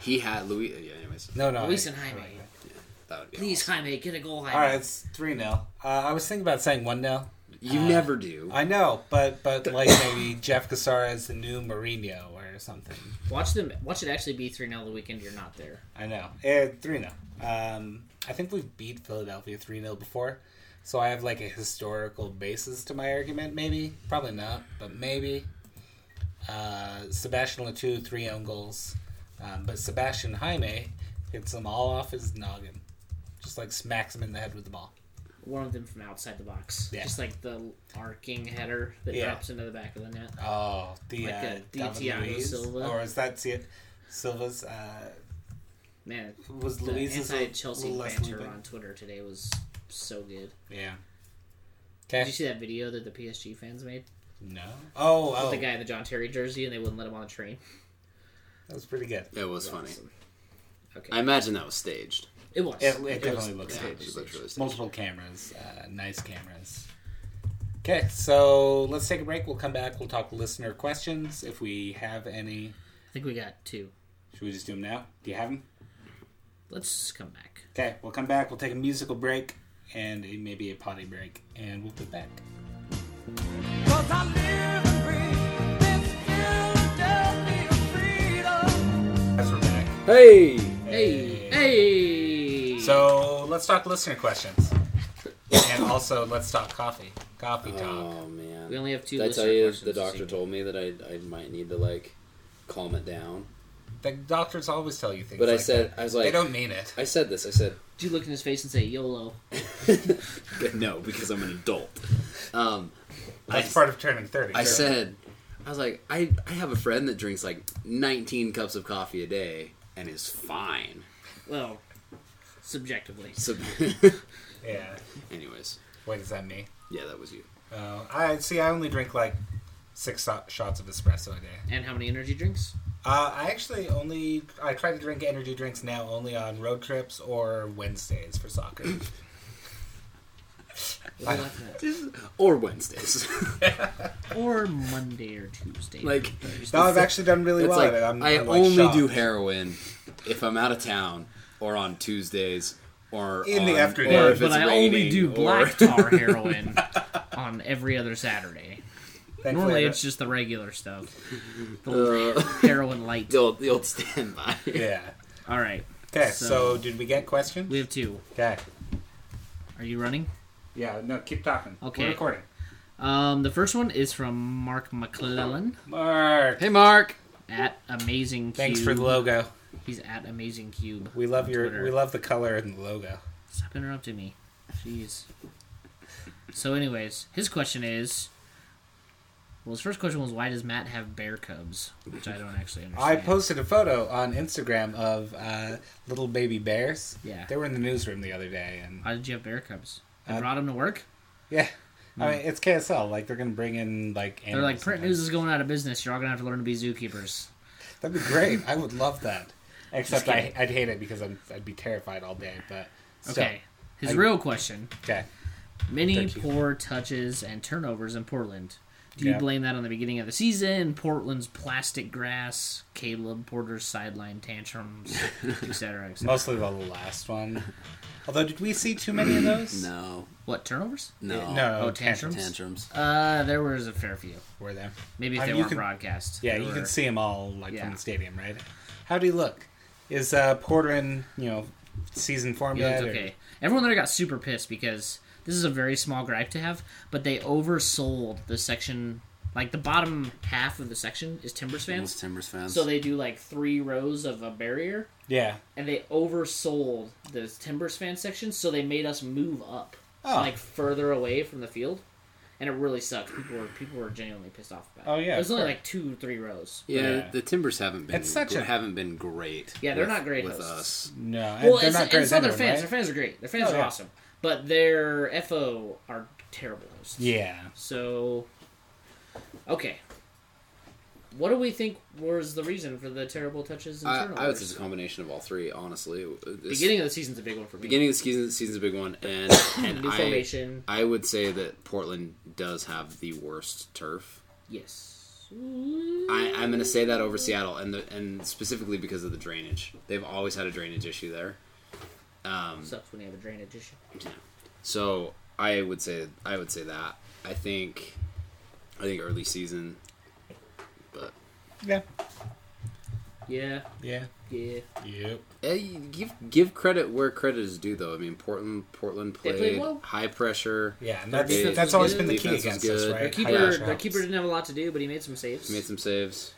S5: He had Luis. Yeah, anyways.
S2: no, no.
S1: Luis
S2: I-
S1: and Jaime.
S2: I-
S5: That That would be
S1: Please,
S5: awesome.
S1: Jaime, get a goal. Jaime.
S2: All right, it's three nil. Uh, I was thinking about saying one nil.
S5: You never do.
S2: I know, but but like maybe Jeff Cassara is the new Mourinho or something.
S1: Watch them. Watch it actually be three 0 the weekend you're not there.
S2: I know. Eh, 3 0. Um, I think we've beat Philadelphia 3 0 before. So I have like a historical basis to my argument, maybe. Probably not, but maybe. Uh, Sebastian Latou, three own goals. Um, but Sebastian Jaime hits them all off his noggin. Just like smacks him in the head with the ball.
S1: One of them from outside the box,
S2: Yeah.
S1: just like the arcing header that
S2: Yeah.
S1: drops into the back of the net.
S2: Oh, the
S1: Like
S2: uh,
S1: a Thiago
S2: David Luiz?
S1: Silva.
S2: Or is that Sil- Silva's? Uh,
S1: Man,
S2: was
S1: the
S2: Luiz's
S1: anti Chelsea
S2: less
S1: banter
S2: Lupe?
S1: on Twitter today was so good.
S2: Yeah.
S1: Did
S2: Okay.
S1: you see that video that the PSG fans made?
S2: No. Oh,
S1: With
S2: oh,
S1: the guy in the John Terry jersey, and they wouldn't let him on the train.
S2: that was pretty good.
S5: it was funny.
S1: Okay,
S5: I imagine that was staged.
S1: it was.
S2: It, it,
S1: was-
S2: definitely looks
S5: Yeah,
S2: good.
S5: it looked really staged.
S2: Multiple cameras, uh, nice cameras. Okay, so let's take a break. We'll come back. We'll talk listener questions if we have any.
S1: I think we got two.
S2: Should we just do them now? Do you have them?
S1: Let's come back.
S2: Okay, we'll come back. We'll take a musical break and a- maybe a potty break, and we'll be back.
S4: Cause I live and breathe this Philadelphia freedom.
S2: Guys, we're back.
S5: Hey,
S1: Hey, hey.
S2: So let's talk listener questions, and also let's talk coffee. Coffee talk.
S5: oh man,
S1: we only have two.
S5: Did I
S1: listener
S5: tell you
S1: questions
S5: the
S1: this
S5: doctor
S1: evening.
S5: told me that I, I might need to like calm it down?
S2: The doctors always tell you things.
S5: But I
S2: like
S5: said
S2: that.
S5: I was
S2: they
S5: like
S2: don't mean it.
S5: I said this. I said
S1: Do you look in his face and say YOLO?
S5: no because I'm an adult. Um,
S2: That's part of turning thirty.
S5: I
S2: sure.
S5: said I was like I I have a friend that drinks like 19 cups of coffee a day and is fine.
S1: Well, subjectively.
S5: So,
S2: Yeah.
S5: anyways,
S2: What does that mean?
S5: yeah, that was you.
S2: Oh, I see. I only drink like six so- shots of espresso a day.
S1: And how many energy drinks?
S2: Uh, I actually only I try to drink energy drinks now only on road trips or Wednesdays for soccer.
S1: What do you like for that?
S5: Or Wednesdays.
S1: or Monday or Tuesday.
S5: like
S2: no, I've actually done really
S5: it's
S2: well
S5: like
S2: at it. I'm,
S5: I
S2: I'm, like,
S5: only
S2: shocked.
S5: do heroin if I'm out of town or on Tuesdays or
S2: In the
S5: on-
S2: afternoon.
S5: or if
S1: but
S5: it's
S1: I only
S5: raining,
S1: do
S5: or-
S1: black tar heroin on every other Saturday.
S2: Thankfully,
S1: Normally,
S2: I-
S1: it's just the regular stuff. The
S2: Uh,
S1: heroin light.
S5: the old, the old standby.
S2: yeah.
S1: All right,
S2: Okay, so,
S1: So-
S2: did we get questions?
S1: we have two.
S2: okay.
S1: Are you running?
S2: Yeah. No, keep talking.
S1: Okay.
S2: We're recording.
S1: Um, the first one is from Mark McClellan
S2: Mark,
S5: hey, Mark.
S1: at Amazing Cube.
S2: thanks for the logo.
S1: He's at Amazing Cube.
S2: We love your.
S1: Twitter.
S2: We love the color and the logo.
S1: Stop interrupting me. Jeez. So, anyways, his question is. Well, his first question was why does Matt have bear cubs, which I don't actually
S2: I
S1: understand.
S2: posted a photo on Instagram of uh, little baby bears.
S1: Yeah.
S2: They were in the newsroom the other day, and
S1: Why did you have bear cubs? I
S2: Uh,
S1: brought them to work.
S2: yeah, I mean it's KSL. Like they're gonna bring in like
S1: Mm. They're
S2: animals
S1: like, print
S2: and
S1: news is going out of business. You're all gonna have to learn to be zookeepers.
S2: stuff. That'd be great. I would love that. Except
S1: Just
S2: I,
S1: kidding.
S2: I'd hate it because I'm, I'd be terrified all day. But still.
S1: Okay. His
S2: I-
S1: real question:
S2: okay.
S1: Many
S2: Thank you.
S1: poor touches and turnovers in Portland. Do
S2: Yeah.
S1: you blame that on the beginning of the season? Portland's plastic grass, Caleb Porter's sideline tantrums, etc. etc.
S2: Mostly the last one. Although, did we see too many of those?
S5: No,
S1: what turnovers?
S5: no,
S2: No.
S1: Oh,
S2: tantrums.
S1: tantrums.
S5: Tantrums.
S1: Uh, there was a fair few.
S2: Were there?
S1: Maybe if
S2: I
S1: they
S2: mean, Uh, you
S1: weren't
S2: can-
S1: broadcast.
S2: Yeah,
S1: They
S2: you can
S1: were-
S2: see them all like
S1: Yeah.
S2: from the stadium, right? How do you look? Is uh, Porter in you know season form
S1: Yeah,
S2: yet?
S1: it's
S2: or-
S1: okay. Everyone there got super pissed because this is a very small gripe to have, but they oversold the section. Like the bottom half of the section is Timbers
S5: Most
S1: fans,
S5: Timbers fans.
S1: so they do like three rows of a barrier,
S2: Yeah.
S1: and they oversold the Timbers fan section, so they made us move up,
S2: Oh.
S1: like further away from the field, and it really sucked. People were people were genuinely pissed off about it.
S2: Oh, yeah,
S1: it was
S2: of
S1: only
S2: course.
S1: like two three rows.
S5: yeah,
S2: Yeah.
S5: the Timbers haven't been.
S2: It's such a-
S5: haven't been great.
S1: Yeah, they're
S5: with-
S1: not great
S5: with
S1: hosts.
S5: us.
S2: No, and
S1: well,
S2: they're
S1: it's,
S2: not great
S1: it's
S2: as
S1: not their
S2: anyone,
S1: fans.
S2: right?
S1: Their fans are great. Their fans
S2: Oh,
S1: are
S2: yeah.
S1: awesome, but their FO are terrible hosts.
S2: Yeah.
S1: So, okay. What do we think was the reason for the terrible touches and
S5: I,
S1: turnovers?
S5: I would say it's a combination of all three. Honestly, It's-
S1: beginning of the season's a big one for me.
S5: beginning of the season season's a big one, and and
S1: new
S5: I,
S1: formation.
S5: I would say that Portland does have the worst turf.
S1: Yes.
S5: I, I'm going to say that over Seattle, and the, and specifically because of the drainage. They've always had a drainage issue there, Um,
S1: Sucks when you have a drainage issue.
S5: So I would say I would say that I think I think early season, but
S2: Yeah.
S1: Yeah,
S2: Yeah.
S1: yeah.
S2: Yep.
S5: eh, you give give credit where credit is due though. I mean Portland Portland
S1: They
S5: played,
S1: played well.
S5: high pressure.
S2: Yeah, and
S1: Their
S2: that's
S1: defense
S2: that's
S1: was
S2: always
S1: good.
S2: been the key
S5: Defense was
S2: against us,
S5: good.
S2: right?
S1: Their
S2: High
S1: keeper,
S5: Hayashi
S2: pressure
S1: their
S2: helps.
S1: keeper didn't have a lot to do, but he made some saves.
S5: Made some saves.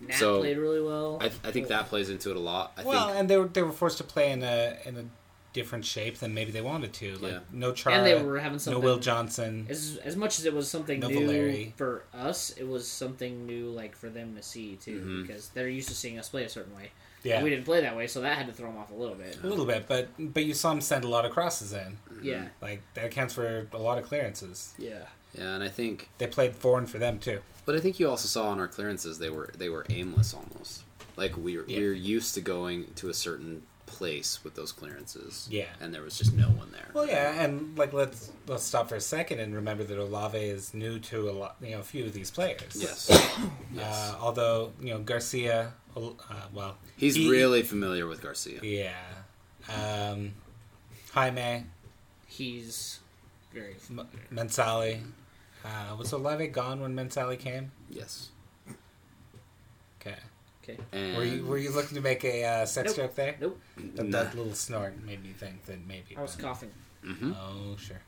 S1: Nat
S5: so-
S1: played really well.
S5: I, I think that plays into it a lot. I
S2: Well,
S5: think
S2: and they were they were forced to play in a in a different shape than maybe they wanted to. Like
S5: Yeah.
S2: no Chara,
S1: And they were having
S2: no
S1: something-
S2: Will Johnson.
S1: as as much as it was something
S2: No
S1: new
S2: Valeri.
S1: for us, it was something new like for them to see too,
S5: Mm-hmm.
S1: because they're used to seeing us play a certain way.
S2: Yeah,
S1: We didn't play that way, so that had to throw them off a little bit.
S2: a little bit, but but you saw him send a lot of crosses in.
S1: Yeah,
S2: Like that accounts for a lot of clearances.
S1: yeah.
S5: yeah, and I think
S2: They played foreign for them too.
S5: But I think you also saw on our clearances they were they were aimless almost. Like we are
S2: Yeah.
S5: we're used to going to a certain place with those clearances.
S2: Yeah.
S5: And there was just no one there.
S2: Well, yeah, and like let's let's stop for a second and remember that Olave is new to a lot, you know, a few of these players.
S5: Yes. yes.
S2: Uh, although you know Garcia, uh, well,
S5: He's
S2: he-
S5: really familiar with Garcia.
S2: yeah, um, Jaime
S1: He's very.
S2: M- Mensali. Uh, was Olave gone when Mensali came?
S5: Yes.
S2: Okay.
S1: Okay.
S5: And
S2: Were you were you looking to make a uh, sex
S1: Nope.
S2: joke there?
S1: Nope.
S2: That, that little snort made me think that maybe.
S1: I was Hmm?
S2: but-
S1: coughing.
S5: Mm-hmm.
S2: Oh sure.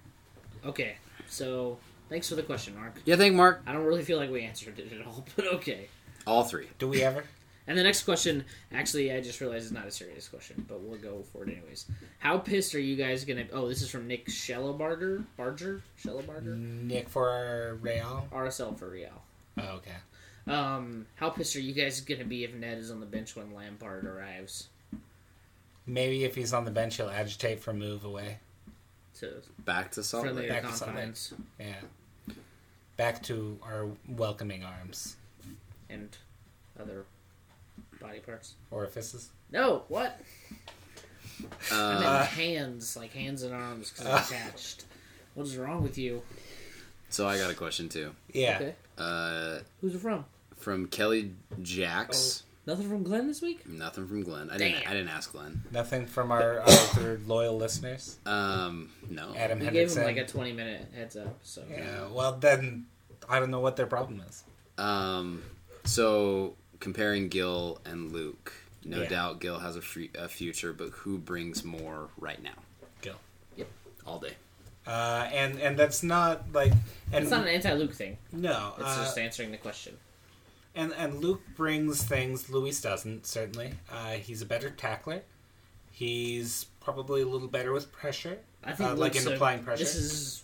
S1: Okay. So thanks for the question, Mark.
S5: Yeah, thank Mark.
S1: I don't really feel like we answered it at all, but okay.
S5: All three.
S2: Do we ever?
S1: And the next question, actually, I just realized is not a serious question, but we'll go for it anyways. How pissed are you guys gonna? Oh, this is from Nick Schellebarger, Barger, Schellebarger,
S2: Nick for Real.
S1: RSL for Real.
S2: Oh, okay.
S1: Um, how pissed are you guys gonna be if Ned is on the bench when Lampard arrives?
S2: Maybe if he's on the bench, he'll agitate for a move away.
S1: To
S5: Back to Salt
S1: friendlier
S5: Lake.
S2: back to
S1: confines
S2: Yeah. Back to our welcoming arms.
S1: and other body parts.
S2: Orifices.
S1: No, what? I meant
S5: Uh,
S1: hands, like hands and arms, because
S2: uh,
S1: they're attached. What is wrong with you?
S5: so I got a question too.
S2: Yeah.
S1: Okay,
S5: Uh,
S1: who's it from?
S5: from Kelly Jacks.
S1: Nothing from Glenn this week.
S5: Nothing from Glenn. I didn't
S1: Oh. Damn.
S5: I didn't ask Glenn.
S2: Nothing from our other loyal listeners.
S5: Um no.
S2: Adam
S1: Oh, We gave
S2: Hendrickson.
S1: him like a twenty minute heads up, so
S2: yeah. Well, then I don't know what their problem is.
S5: Um, so comparing Gil and Luke, no
S2: Yeah.
S5: doubt Gil has a, free, a future, but who brings more right now?
S2: Gil.
S5: All day.
S2: Uh, and and that's not like and
S1: it's not an anti Luke thing.
S2: no.
S1: It's
S2: uh,
S1: just answering the question.
S2: And and Luke brings things Luis doesn't certainly. Uh, he's a better tackler. He's probably a little better with pressure.
S1: I think
S2: uh, like
S1: Luke's
S2: in
S1: a-
S2: applying pressure.
S1: This is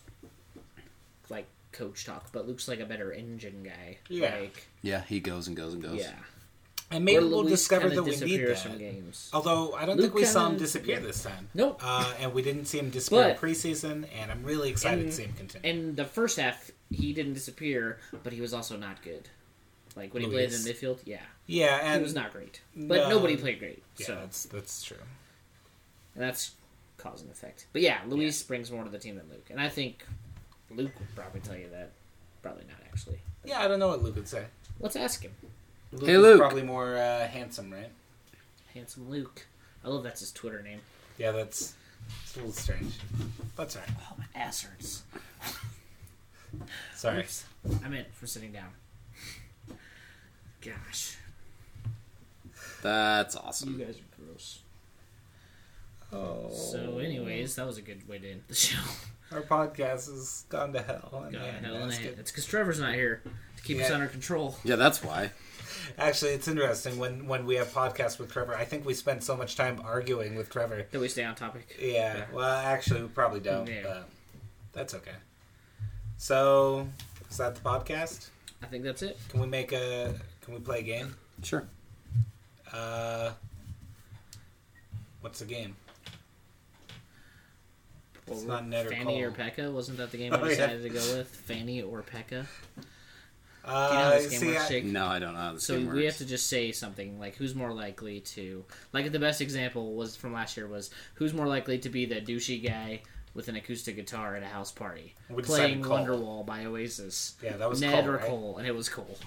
S1: like coach talk, but Luke's like a better engine guy.
S2: Yeah.
S1: Like,
S5: Yeah, he goes and goes and goes.
S1: yeah.
S2: and maybe
S1: Or
S2: we'll
S1: Luis
S2: discover
S1: kinda
S2: that we need
S1: disappears
S2: that.
S1: from games.
S2: Although I don't
S1: Luke
S2: think we saw him
S1: kinda-
S2: disappear
S1: yeah.
S2: this time.
S1: Nope.
S2: Uh, and we didn't see him disappear
S1: But-
S2: preseason, and I'm really excited
S1: And-
S2: to see him continue.
S1: In the first half, he didn't disappear, but he was also not good. Like when he played in
S2: Luis.
S1: the midfield, yeah,
S2: yeah,
S1: he
S2: and
S1: was not great. But
S2: No.
S1: nobody played great,
S2: Yeah,
S1: so
S2: that's that's true.
S1: and that's cause and effect. But yeah, Luis brings more to the team than Luke, and I think Luke would probably tell you that. Probably not actually.
S2: Yeah, I don't know what Luke would say.
S1: Let's ask him.
S2: Luke
S5: Hey,
S2: is
S5: Luke.
S2: probably more uh, handsome, right?
S1: Handsome Luke. I love that's his Twitter name.
S2: Yeah, that's it's a little strange. That's all right.
S1: Oh, my ass hurts.
S2: Sorry.
S1: I meant from sitting down. Gosh.
S5: That's awesome.
S1: guys are gross. Oh. So, anyways, that was a good way to end the show.
S2: Our podcast has gone to hell. And
S1: God,
S2: man,
S1: hell in
S2: that's
S1: a-
S2: good.
S1: It's because Trevor's not here to keep us
S2: Yeah.
S1: under control.
S5: Yeah, that's why.
S2: Actually, it's interesting when when we have podcasts with Trevor. I think we spend so much time arguing with Trevor.
S1: That we stay on topic.
S2: Yeah. Well, actually, we probably don't.
S1: Yeah.
S2: But that's okay. So, is that the podcast?
S1: I think that's it.
S2: Can we make a? Can we play a game?
S5: Sure.
S2: Uh, what's the game? It's not Ned or
S1: Fanny or
S2: Cole.
S1: Pekka? Wasn't that the game
S2: Oh,
S1: we
S2: yeah.
S1: decided to go with? Fanny or Pekka?
S2: Uh,
S1: Do you know how this game
S2: see,
S1: works,
S2: I-
S1: Jake?
S5: No, I don't know how this
S1: So
S5: game
S1: we have
S5: works.
S1: to just say something like who's more likely to like the best example was from last year was who's more likely to be the douchey guy with an acoustic guitar at a house party
S2: We
S1: playing
S2: decided Cole.
S1: Wonderwall by Oasis.
S2: Yeah, that was
S1: Ned
S2: Cole,
S1: or
S2: right?
S1: Cole, and it was Cole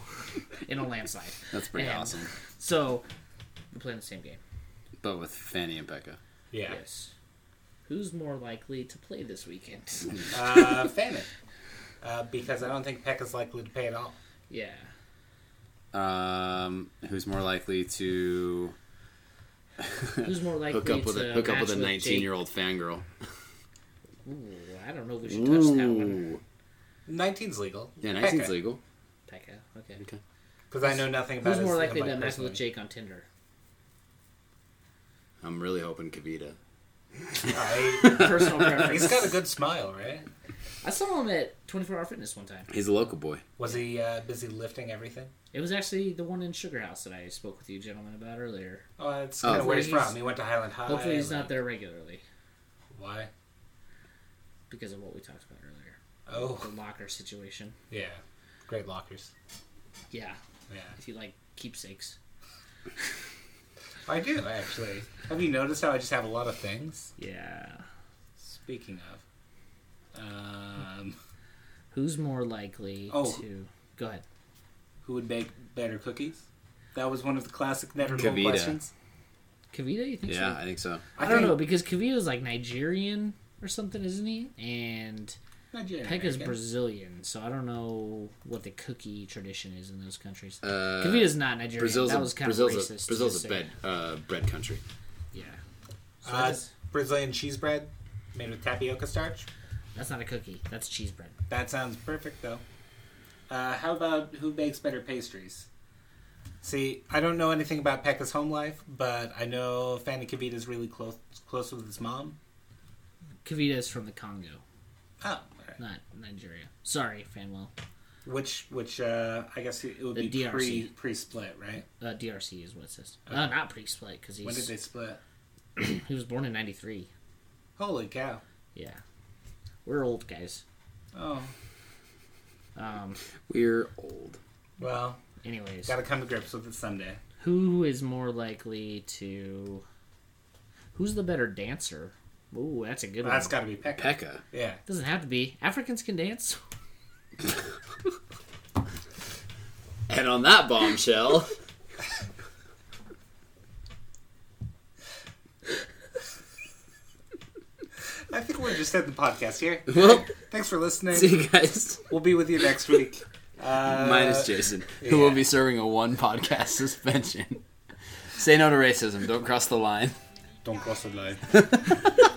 S1: in a landslide.
S5: That's pretty
S1: And
S5: awesome.
S1: So we're playing the same game.
S5: But with Fanny and Becca.
S2: yeah.
S1: Yes. who's more likely to play this weekend?
S2: Uh, Fannin. Uh, because I don't think Peck is likely to pay at all.
S1: yeah.
S5: Um, who's more likely to
S1: Who's more likely
S5: hook up with
S1: to
S5: a, hook up
S1: match
S5: with a
S1: Jake?
S5: 19 year old fangirl?
S1: Ooh, I don't know if we should touch that one.
S2: 19's legal. E
S5: Yeah, 19's legal.
S1: Pekka. Okay.
S5: Okay.
S2: Because I know nothing about
S1: Who's
S2: his-
S1: more likely
S2: him, like,
S1: to match
S2: personally.
S1: with Jake on Tinder?
S5: I'm really hoping Kavita.
S2: I-
S1: Personal preference.
S2: he's got a good smile, right?
S1: I saw him at 24 Hour Fitness one time.
S5: He's a local boy.
S2: Was he uh, busy lifting everything?
S1: It was actually the one in Sugar House that I spoke with you gentlemen about earlier.
S2: Oh, that's
S5: Oh.
S2: kind of where he's
S1: Hopefully
S2: from. He went to Highland High.
S1: Hopefully, he's not
S2: like-
S1: there regularly
S2: Why?
S1: because of what we talked about earlier
S2: Oh,
S1: the locker situation.
S2: yeah. Great lockers.
S1: Yeah,
S2: Yeah.
S1: if you like keepsakes.
S2: I do, actually. Have you noticed how I just have a lot of things?
S1: Yeah.
S2: Speaking of. Um,
S1: Who's more likely
S2: Oh.
S1: to. Go ahead.
S2: who would bake better cookies? That was one of the classic Netter
S5: Kavita.
S2: questions.
S1: Kavita, you think
S5: Yeah,
S1: so?
S5: I think so.
S1: I, don't know because Kavita's like Nigerian or something, isn't he? And
S2: Nigerian
S1: Pekka's
S2: American.
S1: Brazilian, so I don't know what the cookie tradition is in those countries.
S5: Uh,
S1: Kavita's not Nigerian.
S5: Brazil's
S1: that
S5: a-
S1: was kind
S5: Brazil's
S1: of
S5: a,
S1: racist. to
S5: Brazil's
S1: say.
S5: a bread, uh, bread country.
S1: Yeah. So
S2: Uh,
S1: that's,
S2: Brazilian cheese bread made with tapioca starch.
S1: that's not a cookie. That's cheese bread.
S2: That sounds perfect, though. Uh, how about who bakes better pastries? See, I don't know anything about Pekka's home life, but I know Fanny Kavita's really close close with his mom.
S1: Kavita is from the Congo,
S2: Oh, all right.
S1: not Nigeria. Sorry, Fanwell.
S2: which which uh, I guess it would
S1: The
S2: be pre
S1: DRC.
S2: pre split, right?
S1: Uh, DRC is what it says. Uh, not pre-split because
S2: When did
S1: he's
S2: they split?
S1: he was born in '93.
S2: Holy cow!
S1: Yeah, we're old guys.
S2: Oh,
S1: Um.
S5: We're old.
S2: well,
S1: Anyways,
S2: gotta come to grips with it someday.
S1: who is more likely to? Who's the better dancer? Ooh, that's a good
S2: That's
S1: one.
S2: gotta be Pekka.
S5: Pekka.
S2: Yeah.
S1: Doesn't have to be. Africans can dance.
S5: And on that bombshell,
S2: I think we're just at the podcast here.
S5: well,
S2: Thanks for listening.
S5: see you guys.
S2: We'll be with you next week. Uh,
S5: Minus Jason, who will
S2: yeah.
S5: be serving a one podcast suspension. Say no to racism. Don't cross the line.
S2: Don't cross the line.